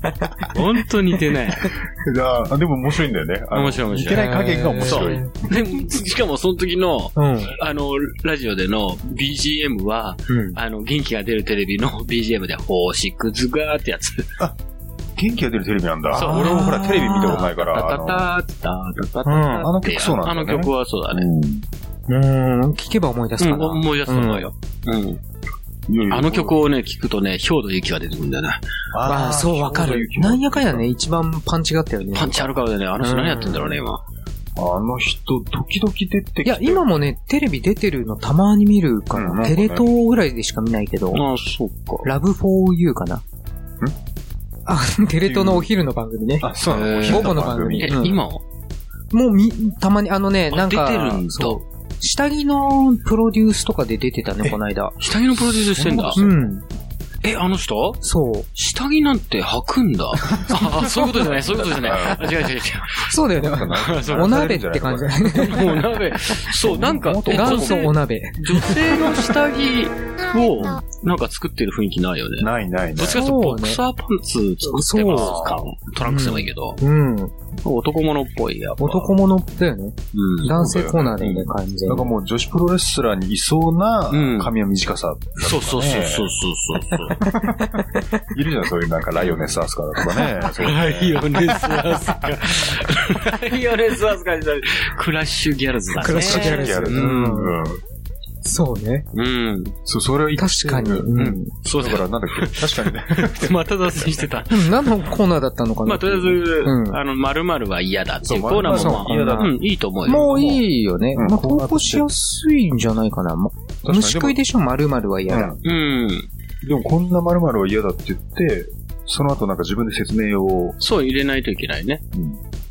D: 本当似てない。
C: いやーでも面白いんだよね。あの
D: 面白い面
C: 似
D: 白い
C: てない加減が面白い。
E: うん。
D: でも、しかもその時の、
E: うん。
D: あの、ラジオでの BGM は、あの、元気が出るテレビの BGM で、星屑がーってやつ。
C: 元気が出るテレビなんだ。
D: そう
C: 俺もほらテレビ見たことないか
D: タ
C: ら。
D: タタ
C: あ
D: タタタタタ
E: うん
C: あの曲そうなんだよね
D: あの曲はそうだ
C: の
D: ね。
E: うん。聞けば思い出す
D: う
E: か
D: ん、
E: な。
D: 思い出すと思うよ。うん。
C: うんいやいや
D: あの曲をね、聞くとね、兵藤由紀が出てくるんだよね。
E: ああ、そうわかる。なんやかんやね、。一番パンチがあったよね。
D: パンチあるからね、あの人何やってんだろうね、今。
C: あの人、時々出てき
E: い
C: て。
E: や、今もね、テレビ出てるのたまに見るから、
C: うんなんかね
E: テレ東ぐらいでしか見ないけど、
D: ああ、そうか。
E: ラブフォーユーかな。んあ、テレ東のお昼の番組ね。
C: あ、そうなの
D: えー
C: 昼
E: 午後の番組
D: え、
E: うん
D: 今
E: もうみ、たまに、あのね、
D: あ
E: なんか、
D: 出てるんだ
E: そう下着のプロデュースとかで出てたね、この間。
D: 下着のプロデュースしてんだ
E: う。ん。
D: え、あの人
E: そう。
D: 下着なんて履くん だ。ああ、そういうことじゃない、そういうこと じゃない。あ違う違う違う。
E: そうだよね。
D: そう
E: お鍋って感じだ ね。
D: もう鍋、そう、なんか、え
E: 元
D: 女
E: 祖
D: 性
E: お鍋。
D: 女性の下着を、なんか作ってる雰囲気ないよね。
C: ないない
D: ど
C: な
D: っ
C: い
D: ち。かっていうとボクサーパンツ作ってますかトランクスでもいいけど。
E: うん。
D: 男物っぽい、やっぱ。
E: 男物だよね。
D: うん。
E: 男性コーナーでね、完全
C: なんか
E: に。
C: もう女子プロレスラーにいそうな
D: うん
C: 髪の短さ。
D: そうそうそうそうそうそう。
C: いるじゃん、そういうなんかライオネスアスカだと かね。そう
D: ライオネスアスカ。ライオネスアスカになるクラッシュギャルズだね。
E: クラッシュギャルズ
C: やるね
D: うん
C: うん。
E: そうね。
D: うん。
C: そう、それは言って
E: 確かに。
C: うん
E: うん。
D: そう
C: だか
D: だから
C: なんだっ け確かにね。
D: ら、また脱線してた。
E: でも何のコーナーだったのかな。
D: まあ、とりあえず、
E: うん
D: あの、〇〇は嫌だっていう
C: そう
D: コーナーも、まあ、
C: 〇〇は嫌だ
D: うん、いいと思うよ。
E: もういいよね。
C: うん
E: まあ、投稿しやすいんじゃないかな。ま
C: かに
E: 虫食いでしょ、まるまるは嫌だ。
C: うん
D: うん。
C: でもこんな〇〇は嫌だって言って、その後なんか自分で説明を、
D: そう、入れないといけないね。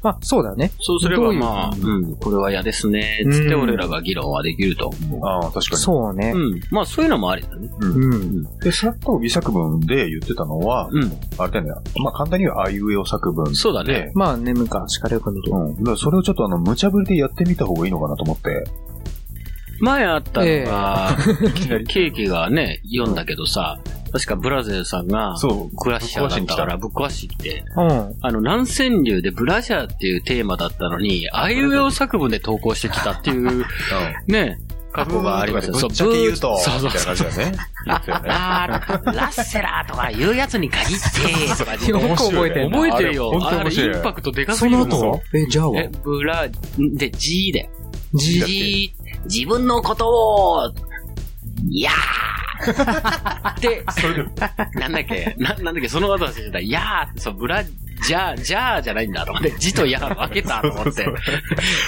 E: まあ、そうだね。
D: そうすれ
E: ど
D: ば、
E: ういう
D: まあ、うん、これは嫌ですね、つって
E: うん
D: 俺らが議論はできると思う。
C: ああ、確かに。
E: そうね
D: う。ん。まあ、そういうのもありだね。
E: うん。
C: で、さっと美作文で言ってたのは、
D: うん。
C: あれだよね。まあ簡単にはあいうえお作文で。
D: そうだね。
E: まあね、昔からよく見る。
C: うん。だからそれをちょっとあの、無茶ぶりでやってみた方がいいのかなと思って。
D: 前あったのが、
C: きなり
D: ケーキがね、読んだけどさ、確かブラゼルさんが、
C: そう。
D: クラッシャーだったからぶっ壊してきて、
E: うん。
D: あの、南川流でブラ ジャーっていうテーマだったのに、あいうえお作文で投稿してきたっていう、ね、過
C: 過去
D: 去
C: が
D: が
C: あ
D: あ
C: り
D: り
C: ま
D: ますす
C: よ
D: よ。
C: ぶっちゃけ言うと、
D: そうそう
C: みたいな
D: そう
C: 感じだよね。言ってたよね
I: あー、ラッセラーとかいうやつに 限って、とか
E: よく覚えてんな。
D: 覚えてるよ
C: あれ。本当に
D: あ
C: 面
D: れ、イ
C: 白い
D: ンパクトでかす
E: そ
D: ぎ
E: の
D: るもん
E: 後はえ、じゃあは
D: え、ブラ、んで、G で。
E: じ
C: だっけ
I: じ自分のことを、いや
D: あで、それで、なんだっけ、な、なんだっけ、その後は忘れた。いやーって、そう、ブラ、じゃあ、じゃあじゃないんだと思って、じとやー分けたと思って。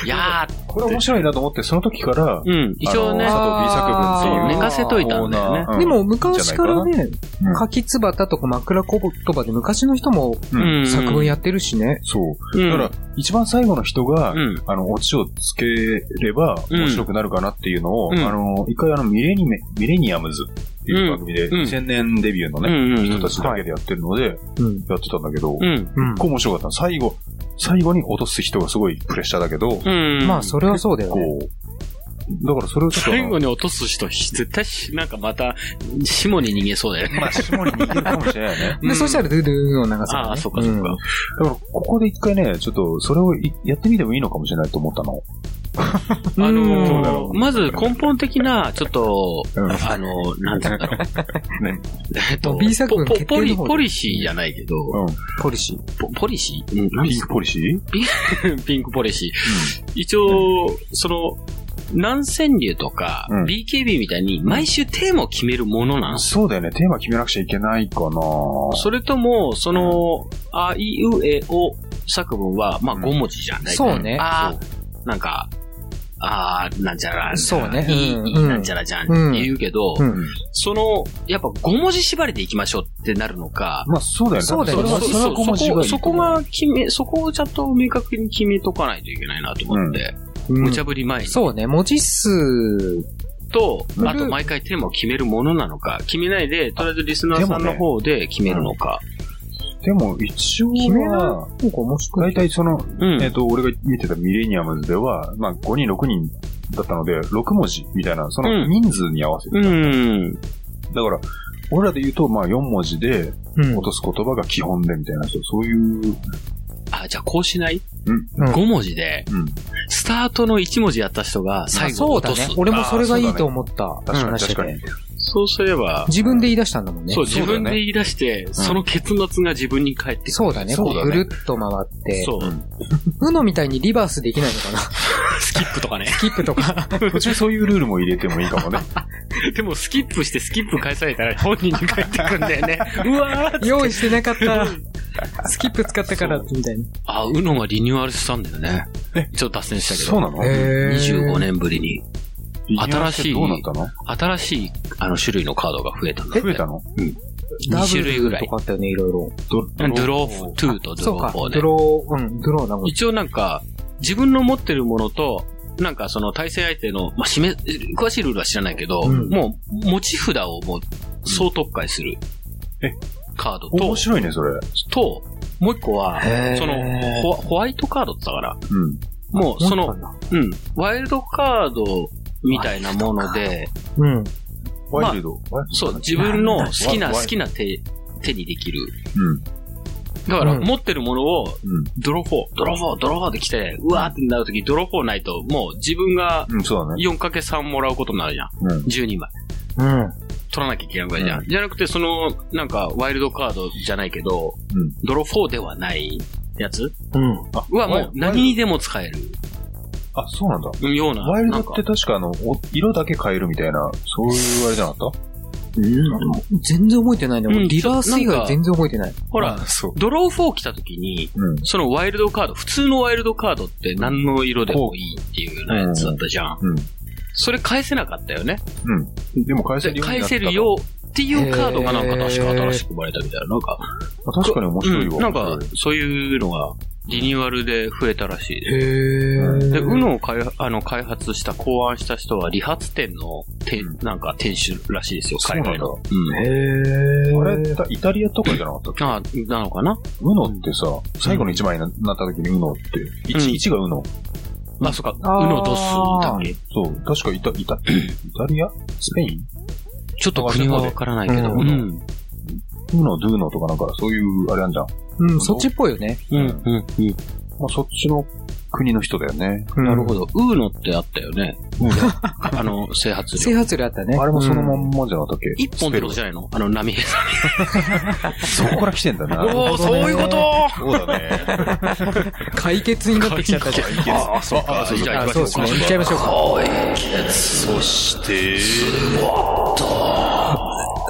D: いやー、
C: これ面白いなと思って、その時から、
D: うん、一応ね、
C: あの佐藤 B 作文っていう。
D: 寝かせといたんだよね
C: コーナー
E: で、も昔からね
C: うん、
E: 柿つばたとか枕言葉で昔の人も
C: うん
D: うん
E: 作文やってるしね。
C: そう。
D: うん
C: だから、一番最後の人が、
D: うん。
C: あの、オチをつければ
D: うん
C: 面白くなるかなっていうのを、
D: うん
C: あの、一回あの、ミレニメ、ミレニアムズっていう番組で、
D: うんうん
C: 2000年デビューの
D: う
C: ね、
D: んうん
C: 人たちだけでやってるので、やって
E: うん。
C: たんだけど、
D: う
C: 結
D: ん。
E: うん。
C: 構面白かったの。最後、最後に落とす人がすごいプレッシャーだけど、
D: うん。
E: まあ、それはそうだよね。
C: こう、だからそれをちょっとあの、
D: 最後に落とす人、絶対し、なんかまた、下に逃げそうだよね。
C: まあ、下に似てるかもしれないよ ね。
E: で、そしたらドゥドゥの長さ
D: ああ、そうか、そうか。
C: だから、ここで一回ね、ちょっと、それをいやってみてもいいのかもしれないと思ったの。
D: あ
C: うんそうだ
D: の
C: ろ
D: ー、
C: う
D: まず根本的な、ちょっと、
C: うん
D: あのー、なんて言うんだろ う。
C: ね
D: えっと、
E: B 作文
D: ポポ
E: 決
D: ポ
E: 定
D: リ、
E: の方で
D: ポリシーじゃないけど、
C: うん。
E: ポリシー。
D: ポポリシーなん
C: ピンクポリシー
D: ピンクポリシー。一応、その、南川流とか、
C: うん
D: BKB みたいに毎週テーマを決めるものなんです
C: そうだよね。テーマ決めなくちゃいけないかな
D: よ。それとも、その、あいうえお作文は、まあ
C: う
D: 5
C: ん
D: 文字じゃん。大体
E: そうね
D: あーなんか、あーなんちゃら、なんちゃ
E: そ
D: ら
E: うね
D: いい
E: うん
D: いい、なんちゃらじゃん
E: うん
D: って言うけど、
E: うん
D: その、やっぱ5文字縛りでいきましょうってなるのか、
C: まあ、そうだよね。
E: そうだよね
C: それはそれは小文字がいい
D: そこそこが決め、そこをちゃんと明確に決めとかないといけないなと思って、
E: うん
D: 無茶ぶり前に。
E: そうね、文字数、
D: と、
E: ん
D: あと毎回テーマを決めるものなのか、決めないで、とりあえずリスナーさ
C: で
D: ん
C: も
D: の
C: ね
D: 方で決めるのか。
C: でも、一応
E: 決めな
C: は、
E: い方が面白
C: 大
E: い。
C: 体その、
D: うん
C: えっ、と、俺が見てたミレニアムズでは、まあ、5人、6人だったので、6文字みたいな、その
D: うん
C: 人数に合わせて、
D: う
C: だか
D: ん。
C: ら、俺らで言うと、まあ、4文字で
E: うん
C: 落とす言葉が基本でみたいな、そうそういう、
D: あ、じゃあこうしない
C: うん、
E: うん
D: ?5 文字で、
C: うん。
D: スタートの1文字やった人が最後
E: そう
D: 落
E: だ
D: とす。
E: ね。俺もそれがいいと思った。
C: 確か
E: うん
C: に、確かに。。
D: そうすれば、
E: 自分で言い出したんだもんね。
D: そう、
C: そ
D: 自
C: うだね
D: 分で言い出して、その結末が自分に返ってくる。
E: そうだね。こ
C: そう
E: う
C: だ
E: ぐ
C: ね
E: るっと回って。
D: そう。
C: うん
E: う。のみたいにリバースできないのかな
D: スキップとかね。
E: キップとか。
C: 途中 そういうルールも入れてもいいかもね。
D: でも、スキップしてスキップ返されたら本人に返ってくんだよね。うわー
E: 用意してなかった。スキップ使ったから、みたいな。
D: あ、うのがリニューアルしたんだよね。ちょっと脱線したけ
C: そう
D: ど。
C: なの
E: へ
D: 25。年ぶりに、新しい
C: どうなったの
D: 新しい、あの、種類のカードが増えたんだよ
C: 増え
D: ね。
C: たの
D: 2種類ぐらい
E: と。かあったよね、いろいろ。
D: ドロー2とド
E: そう
D: ロ
E: か
D: ー。4
E: ド
D: で。
E: ロー、うん、ドローなもん。
D: 一応なんか、自分の持ってるものと、なんかその対戦相手の、まあ、示、詳しいルールは知らないけど、
E: うん
D: もう、持ち札をもう、総特解する
C: え。
D: カードと
C: 面、白いね、それ。
D: と、もう一個は、
E: へー
D: そのホワ、ホワイトカードって言ったから、
C: うん。
D: もうその、
E: の、
D: うん、ワイルドカードみたいなもので、
E: うん。
C: ワイルド。ワイルド
D: そう、自分の好きな、
C: ワイ
D: 好きな手、手にできる。
C: うん。
D: だから、
E: うん
D: 持ってるものを、
C: うん。
D: ドロフォー、ドロフォー、ドロフォーって来て、うわーってなるとき、ドロフォーないと、もう自分が
C: うん、そうだね。
D: 4×3 もらうことになるじゃん。
C: うん。
D: 12枚。
E: うん。
D: 取らなきゃいけないぐらいじゃん。
C: う
D: じゃなくて、その、なんか、ワイルドカードじゃないけど、
C: うん
D: ドロフォーではないやつ
E: うん。
D: はも
C: ワイ
D: う何にでも使える
C: あ、そうなんだ。
D: ような。
C: ワイルド
D: な
C: っ
D: んか
C: て確かあの、お色だけ変えるみたいな、そういうあれじゃなかっ
E: うん全然覚えてないね。
D: うん
E: 俺リバース以外全然覚えてない。
D: ほら、
C: たそう。
D: ドロー4来た時に、
C: うん。
D: そのワイルドカード、普通のワイルドカードって何の色でもいいっていうようなやつだったじゃん。
C: うん。
D: それ返せなかったよね。
C: でも返せる
D: で
C: ように
D: 返
C: なった
D: せるようっていうカードがなんか確か新しく生まれたみたいな。なんか、
C: あ確かに面白い
D: うん
C: わ。
D: なん
C: 面
D: か
C: 白い、
D: そういうのがリニューアルで増えたらしいです。
E: へー
D: で、UNO を開あの開発した、考案した人は理髪店の店、
C: うん
D: なんか店主らしいですよ、
C: そう
D: 海
C: なんだ
D: 外の。
E: へ
D: うん
E: ー
C: あれ、イタリアとかじゃなかったっけ
D: あ、なのかな、
C: うのってさ、最後の1枚にななった時にうのって、
D: うん
C: 1, 一がうの。
D: あ、そっか、UNO
E: あー
D: ドスだっけ
C: そう、確かイタ、イタ、イタリアスペイン
D: ちょっと国はわからないけど。
E: う
D: うんん。
C: うの、ドゥーのとかなんか、そういう、あれなんじゃん。
E: うん、そっちっぽいよね。
D: うん。うん。
C: まあ、そっちの国の人だよね。
E: うん
D: なるほど。ウーノってあったよね。 あの、整髪
E: 整
D: 量。
E: 髪量あったね。
C: あれもそのまんまじゃなかったっけ
D: 一本ってことじ
C: ゃ
D: ゃないのあの、波平さ
C: そこから来てんだな。
D: ん。おー、そういうこと
C: そうだね。
E: 解決になってきちゃったじゃん。
C: あ、そうか。
D: あ、そうじゃ
E: あ、
D: あ行き
E: そう
D: ま
E: です
D: しょう
E: ね。
D: か。
E: 行っちゃいましょうか。
J: そして、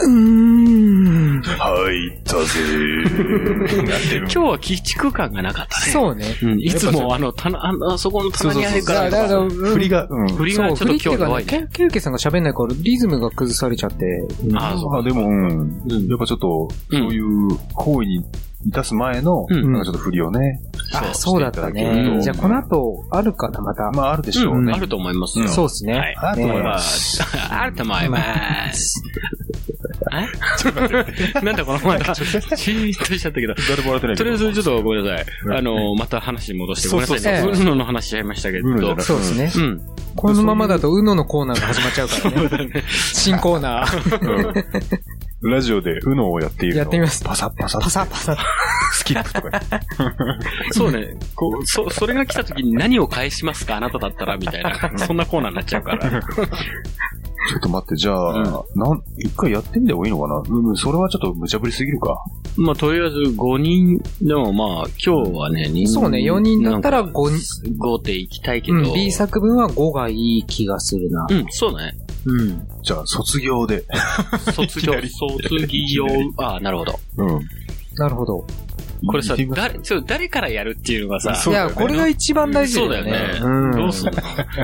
J: はい、だぜ。なってる。
D: 今日は鬼畜感がなかったね。
E: そうね。
D: うん。いつもあの、棚、あの、あそこの棚に入るから。
E: だから、
C: 振りが、うん。
D: 振り
E: そ
D: が
E: う、
D: ち
E: 振
D: ょ
E: り
D: っ
E: っ
D: と
E: てい
D: 今
E: う
D: 日
E: か
D: 弱
E: ね、
D: いね。
E: ケウケさんが喋んないから、リズムが崩されちゃって。
D: あー、そう
C: まあでも、うん。やっぱちょっと、
D: うん
C: そういう行為に致す前の、
D: うん
C: なんかちょっと振りをね。
E: あ、そうだったね。じゃあ、この後、あるかな、また。
C: まああるでしょう
D: うん
C: ね。
D: あると思いますよ。
E: そうですね。
D: はい。
C: あると思い
D: ま
C: ま
D: あ
C: す。
D: あると思います。 えなんだこの前だ。シーンとしちゃ ったけど。
C: 誰も笑ってない
D: と
C: け
D: りあえ
C: ど。
D: ずちょっとごめんなさい。あの、また話に戻してごめんなさいね。
E: そううそう
D: のの話しちゃいましたけど。
C: うんだな
E: そうですね。
D: うん。
E: このままだと、うののコーナーが始まっちゃうからね。新コーナー。
C: うんラジオで、うのをやっているのを
E: やってみます
C: パサッパサッ。
E: パサパサ。
C: スキップとか。
D: そうね。こう、そ、それが来た時に何を返しますかあなただったらみたいな。そんなコーナーになっちゃうから。
C: ちょっと待って、じゃあ、なん、一回やってみた方がいいのかなうん、それはちょっと無茶ぶりすぎるか。
D: まあ、とりあえず5人、でもまあ、今日はね、人
E: そうね、4人だったら5人。
D: 5でいきたいけ
E: う
D: ど。
E: ん、B 作分は5がいい気がするな。
D: うん、そうね。
E: うん。
C: じゃあ、卒業で。
D: 卒業、卒業、ああ、なるほど。
C: うん。
E: なるほど。
D: これさ
C: 行ってみ、ます
D: 誰、ちょ、誰からやるっていうのがさ、
E: いや、これが一番大事だよね。
D: そうだよね
E: ん
D: どうするの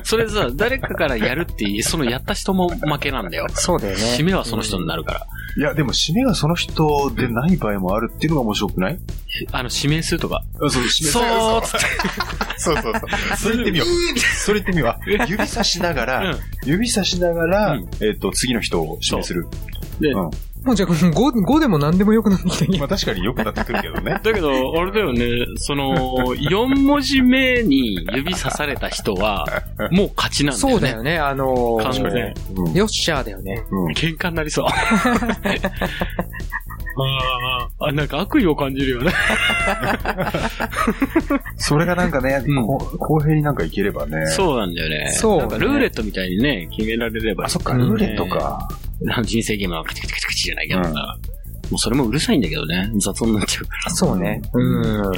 D: それさ、誰かからやるって言い、そのやった人も負けなんだよ。
E: そうだよね。
D: 締めはその人になるから。
C: いや、でも、締めがその人でない場合もあるっていうのが面白くない
D: あの、指名するとか。
C: あそう、締め
D: そうっつって。
C: そうそうそう。それ言ってみ よう。それ言ってみよう。指さしなが
D: う
C: ら
D: ん、
C: 指さしなが
D: う
C: ら
D: ん、。
C: えっと、次の人を指名する。
E: もうじゃあ、5、五でも何でもよくなってきたね
C: まあ確かによくなってくるけどね
D: だけど、あれだよね、その、4文字目に指さされた人 は、もう勝ちなんだ
E: そ
D: よね。
E: うだよね、あの
D: 完全
E: ー、
D: に。
C: うん
E: よっしゃーだよね。
C: うん
D: 喧嘩になり そう。あーあ、なんか悪意を感じるよね。
C: それがなんかね、
D: うん
C: こ公平になんかいければね。
D: そうなんだよね。
E: そうね
D: なんかルーレットみたいにね、決められれば
C: あ、
D: いい
C: そっか、ルーレットか。
D: 人生ゲームはカチカチカチカチじゃないけど
C: うん
D: な。もうそれもうるさいんだけどね。雑音になっちゃうか
E: そうね。うん。
D: ら。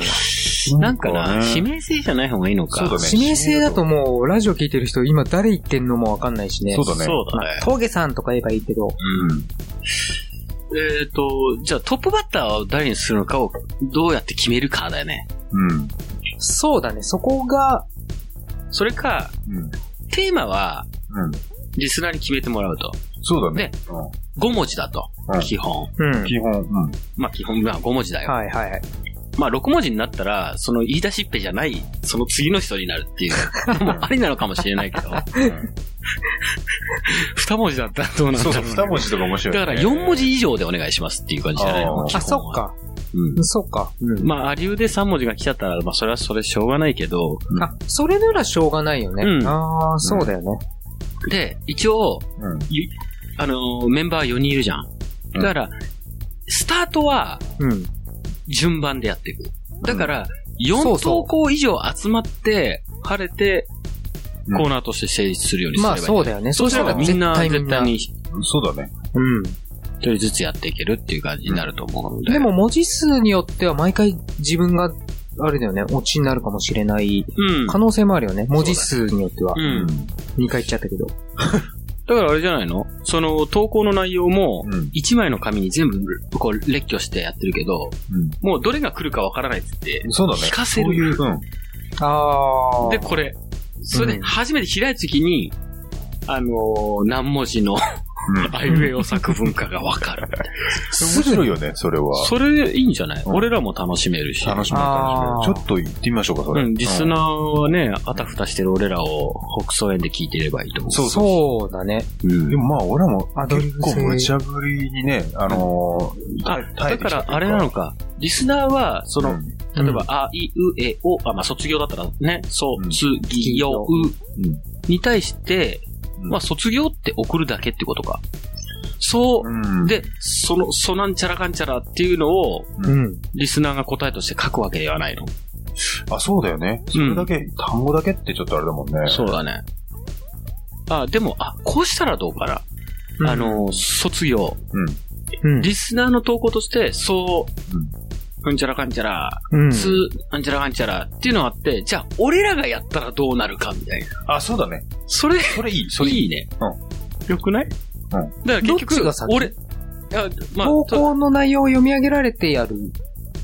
D: なんかな、
C: ね
D: 指名制じゃない方がいいのか。
C: そうだね
E: 指名制だともう、ラジオ聞いてる人、今誰言ってんのもわかんないしね。
C: そうだね。
D: そうだね。
E: 峠さんとか言えばいいけど。
C: うん。
D: えっと、じゃあトップバッターを誰にするのかをどうやって決めるかだよね。
C: うん。
E: そうだね、そこが、
D: それか、
C: うん。
D: テーマは
C: うん。
D: リスナーに決めてもらうと。
C: そうだね
D: ね。5文字だと
C: うん。
D: 基本。
E: うん。
C: 基本、うん。
D: まあ基本、まあ5文字だよ。
E: はいはい。
D: まあ6文字になったら、その言い出しっぺじゃない、その次の人になるっていう のもありなのかもしれないけど。2文字だったらどうなん
C: そ
D: だ
C: うそ
D: ろ
C: う、二
D: うね。
C: 文字とか面白い。
D: だから4文。字以上でお願いしますっていう感じじゃないの
C: あー
D: 基
E: あ、そ
D: 本
E: っ
D: は
E: か。
D: うん
E: そっか。うん。
D: まあ、ありうで3文字が来ちゃったら、まあ、それはそれしょうがないけど、
E: あ、それならしょうがないよね。
D: うん
E: ああ、そうだよね。
D: で、一応、
C: うん。
D: ゆあのーメンバー4人いるじゃん。だから、スタートは
E: うん。
D: 順番でやっていく。だから、
E: そう
D: 4
E: そう
D: 投稿以上集まって、晴れて、
C: うん
D: コーナーとして成立するようにすれ
E: ま
D: ば
E: あ
D: いい。
E: そうだよね。
D: そうすればみんな絶対。に
C: そうだね。
E: うん。
D: 一人ずつやっていけるっていう感じになると思うので。
E: でも、文字数によっては毎回自分が、あれだよね、オチになるかもしれない
D: うん。
E: 可能性もあるよね。文字数によっては。
D: うん。
E: 2回言っちゃったけど。
D: だからあれじゃないのその投稿の内容も、
C: うん。
D: 一枚の紙に全部こう列挙してやってるけど、
C: うん
D: もうどれが来るかわからないっつって、
C: そうだね。
D: 引かせ
C: そうい
D: る。
C: う、うん。
E: ああ。
D: で、これ。それ
E: う
D: で
E: ん
D: 初めて開いた時に、あのー何文 字のアイウェイを作文化がわかる。
C: 面白いよね、それは。
D: それでいいんじゃない、
C: うん
D: 俺らも楽しめるし。
C: 楽しみ楽し
E: あー
C: み。ちょっと行ってみましょうか、それ。
D: うん、リスナー
C: ー。
D: はね、あたふたしてる俺らを北総園で聞いてればいいと思う。
C: そうそう
E: そうだね。
D: うん
C: でもまあ、俺らも
E: アドリ
C: 結
E: ブ制
C: 構無茶ぶりにね、あのー、
D: あ、
C: 耐えて
D: だか
C: きた
D: ら
C: という
D: あれなのか、リスナーは、その、
C: うん
D: 例えば、あいうえお、あ、まあ、卒業だったらね、そ、
C: うん
D: つ、ぎ、よ、う、
C: ん
D: に対して、
C: うん
D: まあ、卒業って送るだけってことか。そう、
C: うん。
D: で、その、そなんちゃらかんちゃらっていうのを、
E: うん。
D: リスナーが答えとして書くわけではないの。
C: あ、そうだよね。それだけ、単語だけってちょっとあれだもんね。
D: そうだね。あ、でも、あ、こうしたらどうかな。
E: うん
D: あの、卒業。
E: うん。
D: リスナーの投稿として、そう
C: うん、
D: うんちゃらかんちゃら、
E: うん。
D: つ、うんちゃらかんちゃらっていうのがあって、じゃあ、俺らがやったらどうなるかみたいな。
C: あ、そうだね。
D: それ、
C: それいい。それいい。
D: いいね。よくないうん。だから結
E: どっち
D: 局
E: が先、
D: 俺、いや、まあ、
E: 投稿の内容を読み上げられてやる。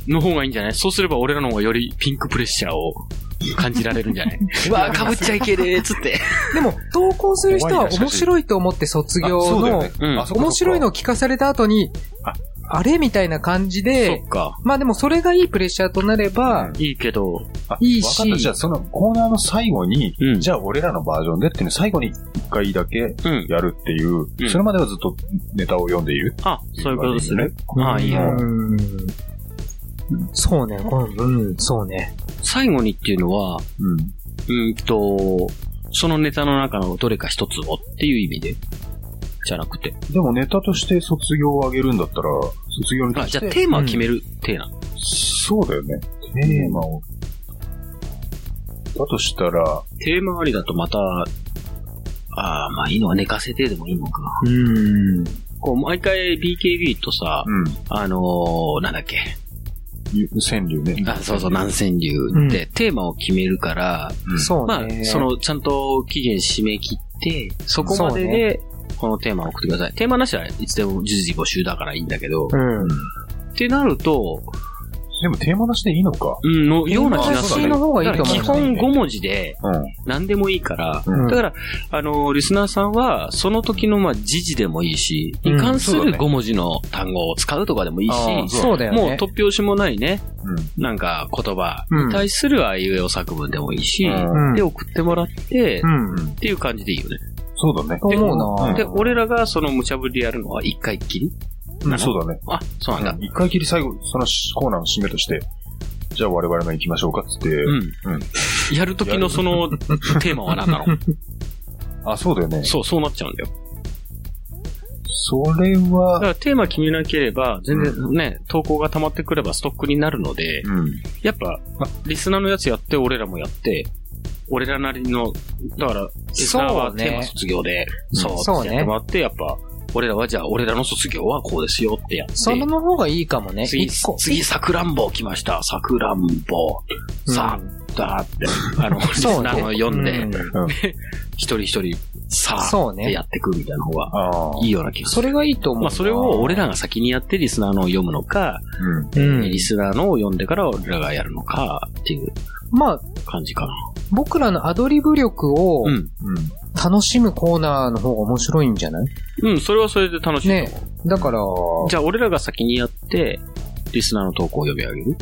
D: の方がいいんじゃないそうすれば俺らの方がよりピンクプレッシャーを感じられるんじゃないうわー、かぶっちゃいけねえ、つって。
E: でも、投稿する人は面白いと思って卒業
C: あそうだよ
E: の、
C: ね。
D: うん
C: あそっかそっか
E: 面白いのを聞かされた後に
C: あ、
E: あれみたいな感じで
D: そ、っか。
E: まあでもそれがいいプレッシャーとなれば、
D: いいけど、
C: あ
E: いいし
C: わかった。じゃあ、そのコーナーの最後に、
D: うん
C: じゃあ、俺らのバージョンでっていうのを最後に一回だけ
D: うん。
C: やるっていう、
D: うん
C: それまではずっとネタを読んでいる。
D: あ、そういうことですね。ああ、いいよ。
E: うんそうね、このうん、そうね。
D: 最後にっていうのは、
C: うん。
D: うんと、そのネタの中のどれか一つをっていう意味で、じゃなくて。
C: でもネタとして卒業をあげるんだったら、卒業に
D: あ、
C: 対
D: じ
C: し
D: ゃあ
C: て、
D: テーマを決める、テーマ。
C: そうだよね。テーマを。だとしたら、
D: テーマありだとまた、ああ、まあいいのは寝かせてでもいいのかな。
C: うん。
D: こう、毎回 BKB とさ、あのー、なんだっけ、
C: うん。川柳ね。
D: あ、そうそう、南川流って、テーマを決めるから、
C: うん
E: そう
D: ま
E: ね。
D: あ、その、ちゃんと期限締め切って、そこまでで、このテーマを送ってください。テーマなしはいつでも随時募集だからいいんだけど、
E: うん。
D: ってなると、
C: でもテーマなしでいいのか。
D: うん、のような気がす
E: テーマなし
D: る。
E: の方がいい
D: だ
E: と
D: か
E: 思
D: ら
E: う
D: 基本5文字で
C: うん。
D: 何でもいいから、
C: うん
D: だから、あの、リスナーさんは、その時の、まあ、時事でもいいし、
E: うん
D: に関す
C: そうだ
D: る
C: ね
D: 5文字の単語を使うとかでもいいし、
C: あー
E: そうだよね。
D: もう突拍子もないね、
C: うん
D: なんか言葉に対するあいうえお作文でもいいし、
E: うん
D: で送ってもらって、っ
E: うん。
D: ていう感じでいいよね。
C: そうだね。
E: と思うな
D: で、俺らがその無茶ぶりやるのは一回っきり
C: うんそうだね。
D: あ、そうなんだ。
C: 一回きり最後、そのコーナーの締めとして、じゃあ我々も行きましょうかっつって、
D: うん。
C: うん
D: やる時のそのテーマは何だ ろう
C: あ、そうだよね。
D: そう、そうなっちゃうんだよ。
C: それ
D: だか
C: は、
D: らテーマ決めなければ、全然ね、投稿が溜まってくればストックになるので、
C: うん。
D: やっぱ、リスナーのやつやって、俺らもやって、俺らなりの、だから、リスナーは
E: そうね
D: テーマ卒業で、そう,、
E: そうね
D: やってもらって、やっぱ、俺らはじゃあ、俺らの卒業はこうですよってやって、
E: そのの方がいいかもね。
D: 次、
E: 一個
D: 次、さくらんぼ来ました。さくらんぼ、さあ、だって、あの、リ ス
E: そうね
D: ナーの読んで、
E: う
D: 一人一人、さあ、
E: そう
D: って
E: ね
D: や。ってくみたいな方が
C: ああ。
D: いいような気がす
E: そ
D: る。
E: れがいいと思う。
D: まあ、それを俺らが先にやって、リスナーのを読むのか、
C: うん。
E: うん
D: リ。スナーのを読んでから俺らがやるのか、っていう
E: まあ、
D: 感じかな。
E: 僕らのアドリブ力を
D: うん。
E: 楽しむコーナーの方が面白いんじゃない
D: うん、それはそれで楽しいと思う。
E: だから、
D: じゃあ、俺らが先にやって、リスナーの投稿を呼び上げる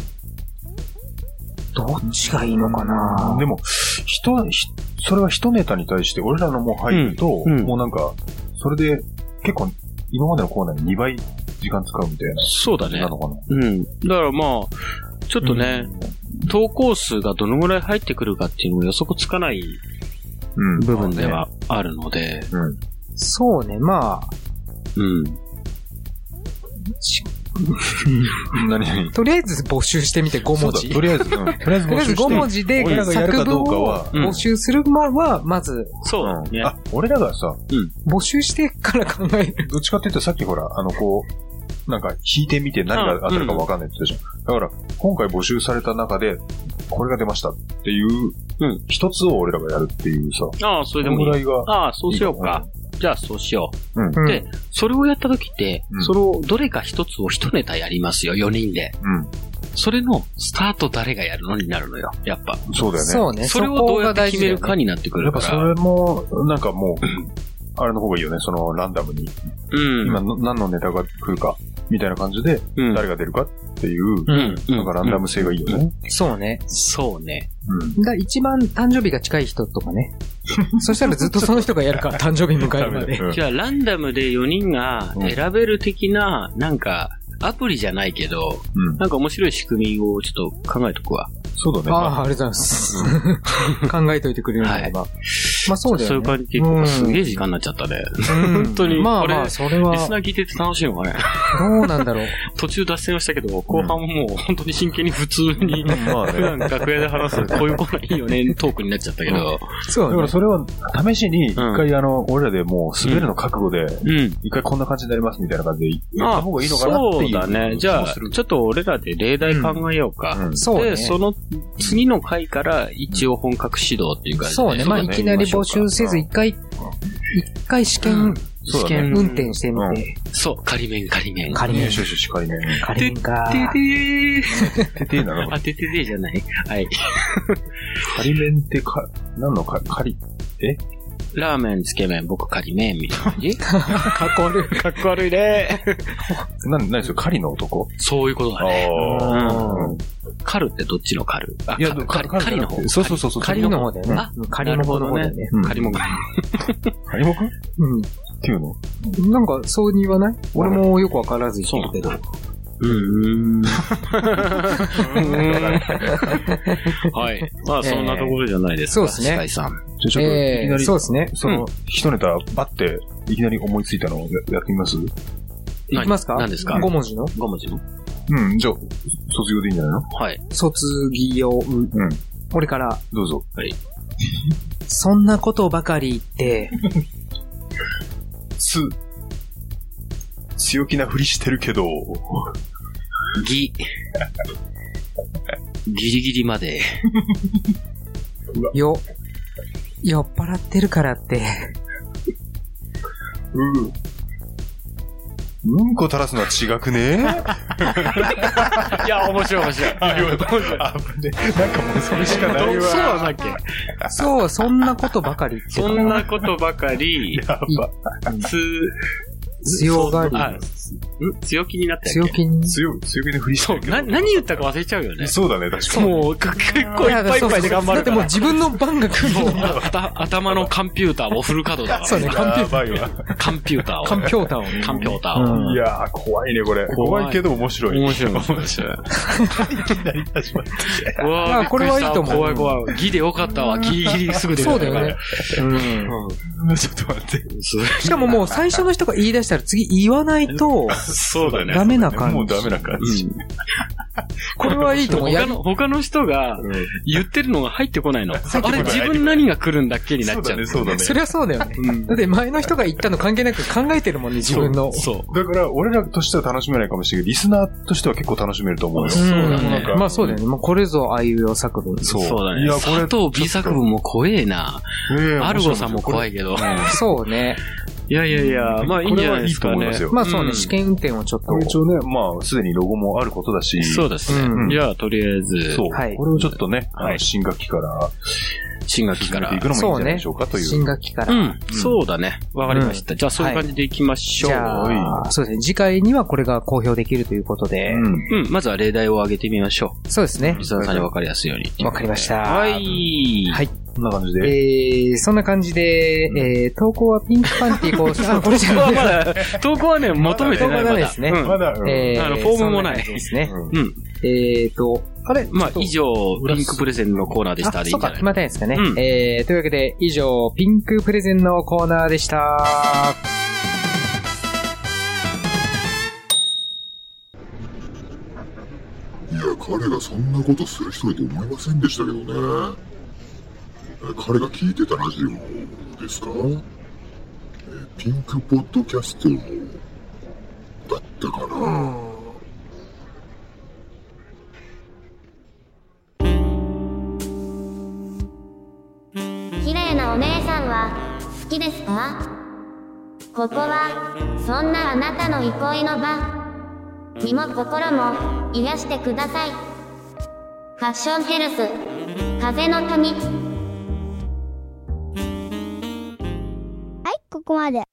E: どっちがいいのかな
C: でも、人、ひそれは一ネタに対して俺らのも入ると、
D: うんうん
C: もうなんか、それで、結構、今までのコーナーに2倍時間使うみたいな。
D: そうだ
C: なのかな。
D: うん。だからまあ、ちょっとね、投稿数がどのぐらい入ってくるかっていうのも予測つかない
C: うん。
D: 部分ではあるので、
E: そうね、まあ、
D: うん。
E: し
C: 何々。
E: とりあえず募集してみて5
C: そ
E: 文
C: うだ
E: 字。
C: とりあえず、うん。とりあえず
E: とりあ
C: 募
E: えず
C: 集して。
E: 5文字で
C: 俺らがやるか
E: 作文
C: どうか
E: を
C: は、
E: 募集するまは、まず、
D: そうだ
C: う
D: ね
C: ん。。あ、俺らがさ、
E: 募集してから考える。
C: どっちかって言ったらさっきほら、あの、こう、なんか引いてみて何が当たるか分かんないって言ったじゃん。だから、今回募集された中で、これが出ましたっていう
D: うん、
C: 一つを俺らがやるっていうさ、
D: ああ、それ
C: こ
D: で
C: のぐ
D: も
C: ら
D: いい。
C: いが、
D: ああ、そうしよう
C: いい
D: か
C: か。
D: じゃあ、そうしよ
C: うん。
E: うん
D: でう。それをやった時って、
C: うん
D: その、どれか一つを一ネタやりますよ、4人で。
C: う
D: それの、スタート誰がやるのになるのよ、やっぱ。
C: ん。そうだよね。
E: そうね、
D: それを
E: こ
D: どうや
E: が
D: って
E: 大
D: 決
E: 事だ
D: め
E: よ
D: る
E: ね
D: かになってく
C: や
D: る
C: っ
D: か
C: ぱ
D: ら。
C: それも、なんかもう、あれの方がいいよね。その、ランダムに、
D: うん。
C: 今の、何のネタが来るか、みたいな感じで、
D: うん、
C: 誰が出るかっていう、
D: うん。
C: なんかランダム性がいいよね。
E: そうね。
D: そうね。
C: うん。
E: だ一番誕生日が近い人とかね。そしたらずっとその人がやるから、誕生日迎えるまで。
C: うん
D: じゃあ、ランダムで4人が選べる的な、なんか、アプリじゃないけど、
C: うん。
D: なんか面白い仕組みをちょっと考えとくわ。
C: そうだ
E: あ
C: ね。
E: あ、ありがとうございます。考えといてくれるのであれば。まあそうだよね
D: そういう感じで、
E: うん
D: すげえ時間になっちゃったね。
E: 本
D: 当に
E: まあま
D: こ
E: あ、
D: れ
E: それ
D: リ
E: は
D: ス、ナー聞いてて楽しいのかね。
E: どうなんだろう。
D: 途中脱線はしたけど、後半ももう本当に真剣に普通に、
C: まあ
D: 普
C: ね。
D: 段楽屋で話す、こういうコーナーいいよね、トークになっちゃったけど。
E: そ
C: だ
E: う
C: か
E: だね。
C: らそれは、試しに、一回あの、俺らでもう滑るの覚悟で、
D: うん。
C: 一回こんな感じになりますみたいな感じで言った
D: あ
C: 方がいいのかなっていう。
D: そうだね。じゃあ、
C: そう
D: ちょっと俺らで例題考えようか。
C: うん
E: そう
D: で、
E: ね。
D: その次の回から一応本格指導っていう感じで。
E: そうね。まあ、いきなり募集せず、一回、一回試験、
C: そう
D: 試
C: だね
D: 験
E: 運転してみて、
D: そう、仮面仮面。
E: 仮
C: ね。
E: 面
C: よし、よしよし、仮面。
E: 仮面か。
D: てて
C: ててな
D: ー。
C: の
D: あ、てててーじゃない。はい。
C: 仮面ってか、何のか、仮、
D: ラーメン、つけ麺、僕仮面、みたいな感じ
E: かっこ悪い。
D: かっこ悪いね。
C: なん、何ですよ、狩りの男
D: そういうことだ
C: あ
D: ね。
C: あ
E: う
C: うん
D: カルってどっちのカルあ、
C: いや、
D: カ
C: か
D: カカリの方。
C: そうそうそうそう。
E: 仮の方だよね
D: あ。
E: うん仮の方の方だよね。
C: うん
D: カリモが。
C: 仮もかっ
E: うん。
C: ていうの
E: なんか、そう言わない俺もよくわからず言ってるけど。
D: うん。はい。まあ、そんなところじゃないですか。
E: えーそうですね
D: スカイさん。
C: じゃあちょっと、いき
E: え
C: な
E: え、
C: り、
E: そうですね。
C: その、一ネタ、バッて、いきなり思いついたのをややってみます
E: いきますか
D: 何ですか
E: ?5 文字の
D: 五文字の
C: うん、じゃあ、卒業でいいんじゃないの
D: はい。
E: 卒業。
C: うん。
E: 俺から、
C: どうぞ。
E: そんなことばかり 言って、
C: つ、強気なふりしてるけど、
D: ぎ。ギリギリまで。
E: よ、酔っ払ってるからって、
C: うん。うんこ垂らすのは違くね
D: いや、面白い面白い。
C: あ、よかった。あ、ね、なんかもうそれしかないわ。
D: そうなんだっけ
E: そう、そんなことばかり言って
D: そ
E: た
D: ん
E: な。
D: なことばかり、つ、
E: 強がり、
D: あ、ん強気になった
E: 強
D: よっけ
E: 気に。
C: 強、強気なふりしてるけど。
D: な、何言ったか忘れちゃうよね。
C: そうだね、確かに。
D: もう、か結構いっぱいいっぱいで頑張
E: だ
D: る
E: って
D: か
E: もう
D: ら。
E: 自分の番が来るの。
D: もうあた頭のカンピューターもフル稼働だか
E: そ
D: ら。
E: うね、カンピュー
C: やばいわ。
D: カンピューターを。
E: カンピョーターをね。
D: カンピューターを。
E: うん
C: いやー、怖いね、これ。
D: 怖い
C: 怖いけど面白い。
D: 面白い、面白い。うわ
E: あ
D: ー
E: これはいいと思う
D: 怖い怖い。ギでよかったわ。ギリギリすぐ出る。
E: そうだよね。
C: ちょっと待って。
E: しかももう最初の人が言い出したら次言わないと、
D: そうだね。
E: ダメな感じ。
C: もうダメな感じ。
E: これはいいと思う。や
D: 他
E: り
D: の、他の人が
C: ん
D: 言ってるのが入ってこないの。あれ、
C: 入ってこない
D: 自分何が来るんだっけにな
C: そ
D: っ
C: う
D: ち
C: だ
D: ゃう
C: ね、。そうだね。
E: そりゃそうだよね。だって前の人が言ったの関係なく考えてるもんね、自分の。
D: そう。
C: だから、俺らとしては楽しめないかもしれないけど、リスナーとしては結構楽しめると思うよ。
D: そうだ
E: ん
D: ね
E: まあそうだよね。まあこれぞあいうえお作文。
C: そ
D: そううだね。
C: いやこれ
D: 佐藤 B 作文も怖えな。
C: ええ
D: アルゴさんも怖
C: い。
D: いけど。
E: そうね。
D: いやいやいや、まあいいんじゃないですか
C: これ
D: ね
C: はいいと思います。よ
E: まあそう
D: う
E: ね、
D: ん
E: 試験運転をちょっと
C: こ。れ一応ね、まあ、すでにロゴもあることだし。
D: そうです
E: う
D: ね。
E: ん
D: じゃあ、とりあえず
C: そ、う。
E: はい
C: これをちょっとね、あ
D: は
C: の
D: い
C: 新学期から
D: 新学期
C: 進
D: か
C: め
D: ら
C: てい。くのもいいんじゃないでしょうかという。
E: 新学期か
D: う
E: ら。
D: ん、そうだね。わかりました。じゃあ、そういう感じでいきましょ
E: じ
D: う。
E: ゃあ、そうですね。次回にはこれが公表できるということで。
C: うん。
D: うん、まずは例題を上げてみましょ
E: そうですね
D: う。。石田さんにわかりやすいように。
E: わかりました。
D: はい。
E: はい
C: こんな感じで。
E: えー、そんな感じで、えー、投稿はピンクパンティー 公式の、これじゃ
D: 投稿
E: な
D: は
E: い。
D: まだ、投稿はね、求めてない。
E: 投稿はダメ
D: まだ
E: ですね
D: うん
C: まだ、うん
E: え
D: あのフォームもない
E: そん感じですね。
D: うん。
E: えーと、あれ
D: ま
E: ちょ、
D: あ
E: っと
D: 以上、ピンクプレゼンのコーナーでした。
E: あ
D: でいい
E: そう
D: ん
E: か、
D: じゃない
E: 決まったんですかね。
D: うん
E: えー、というわけで、以上、ピンクプレゼンのコーナーでした。
F: いや、彼がそんなことする人だと思いませんでしたけどね。え彼が聞いてたラジオですかえピンクポッドキャストだったかな、
A: 綺麗なお姉さんは好きですかここはそんなあなたの憩いの場身も心も癒してくださいファッションヘルス風の谷はいここまで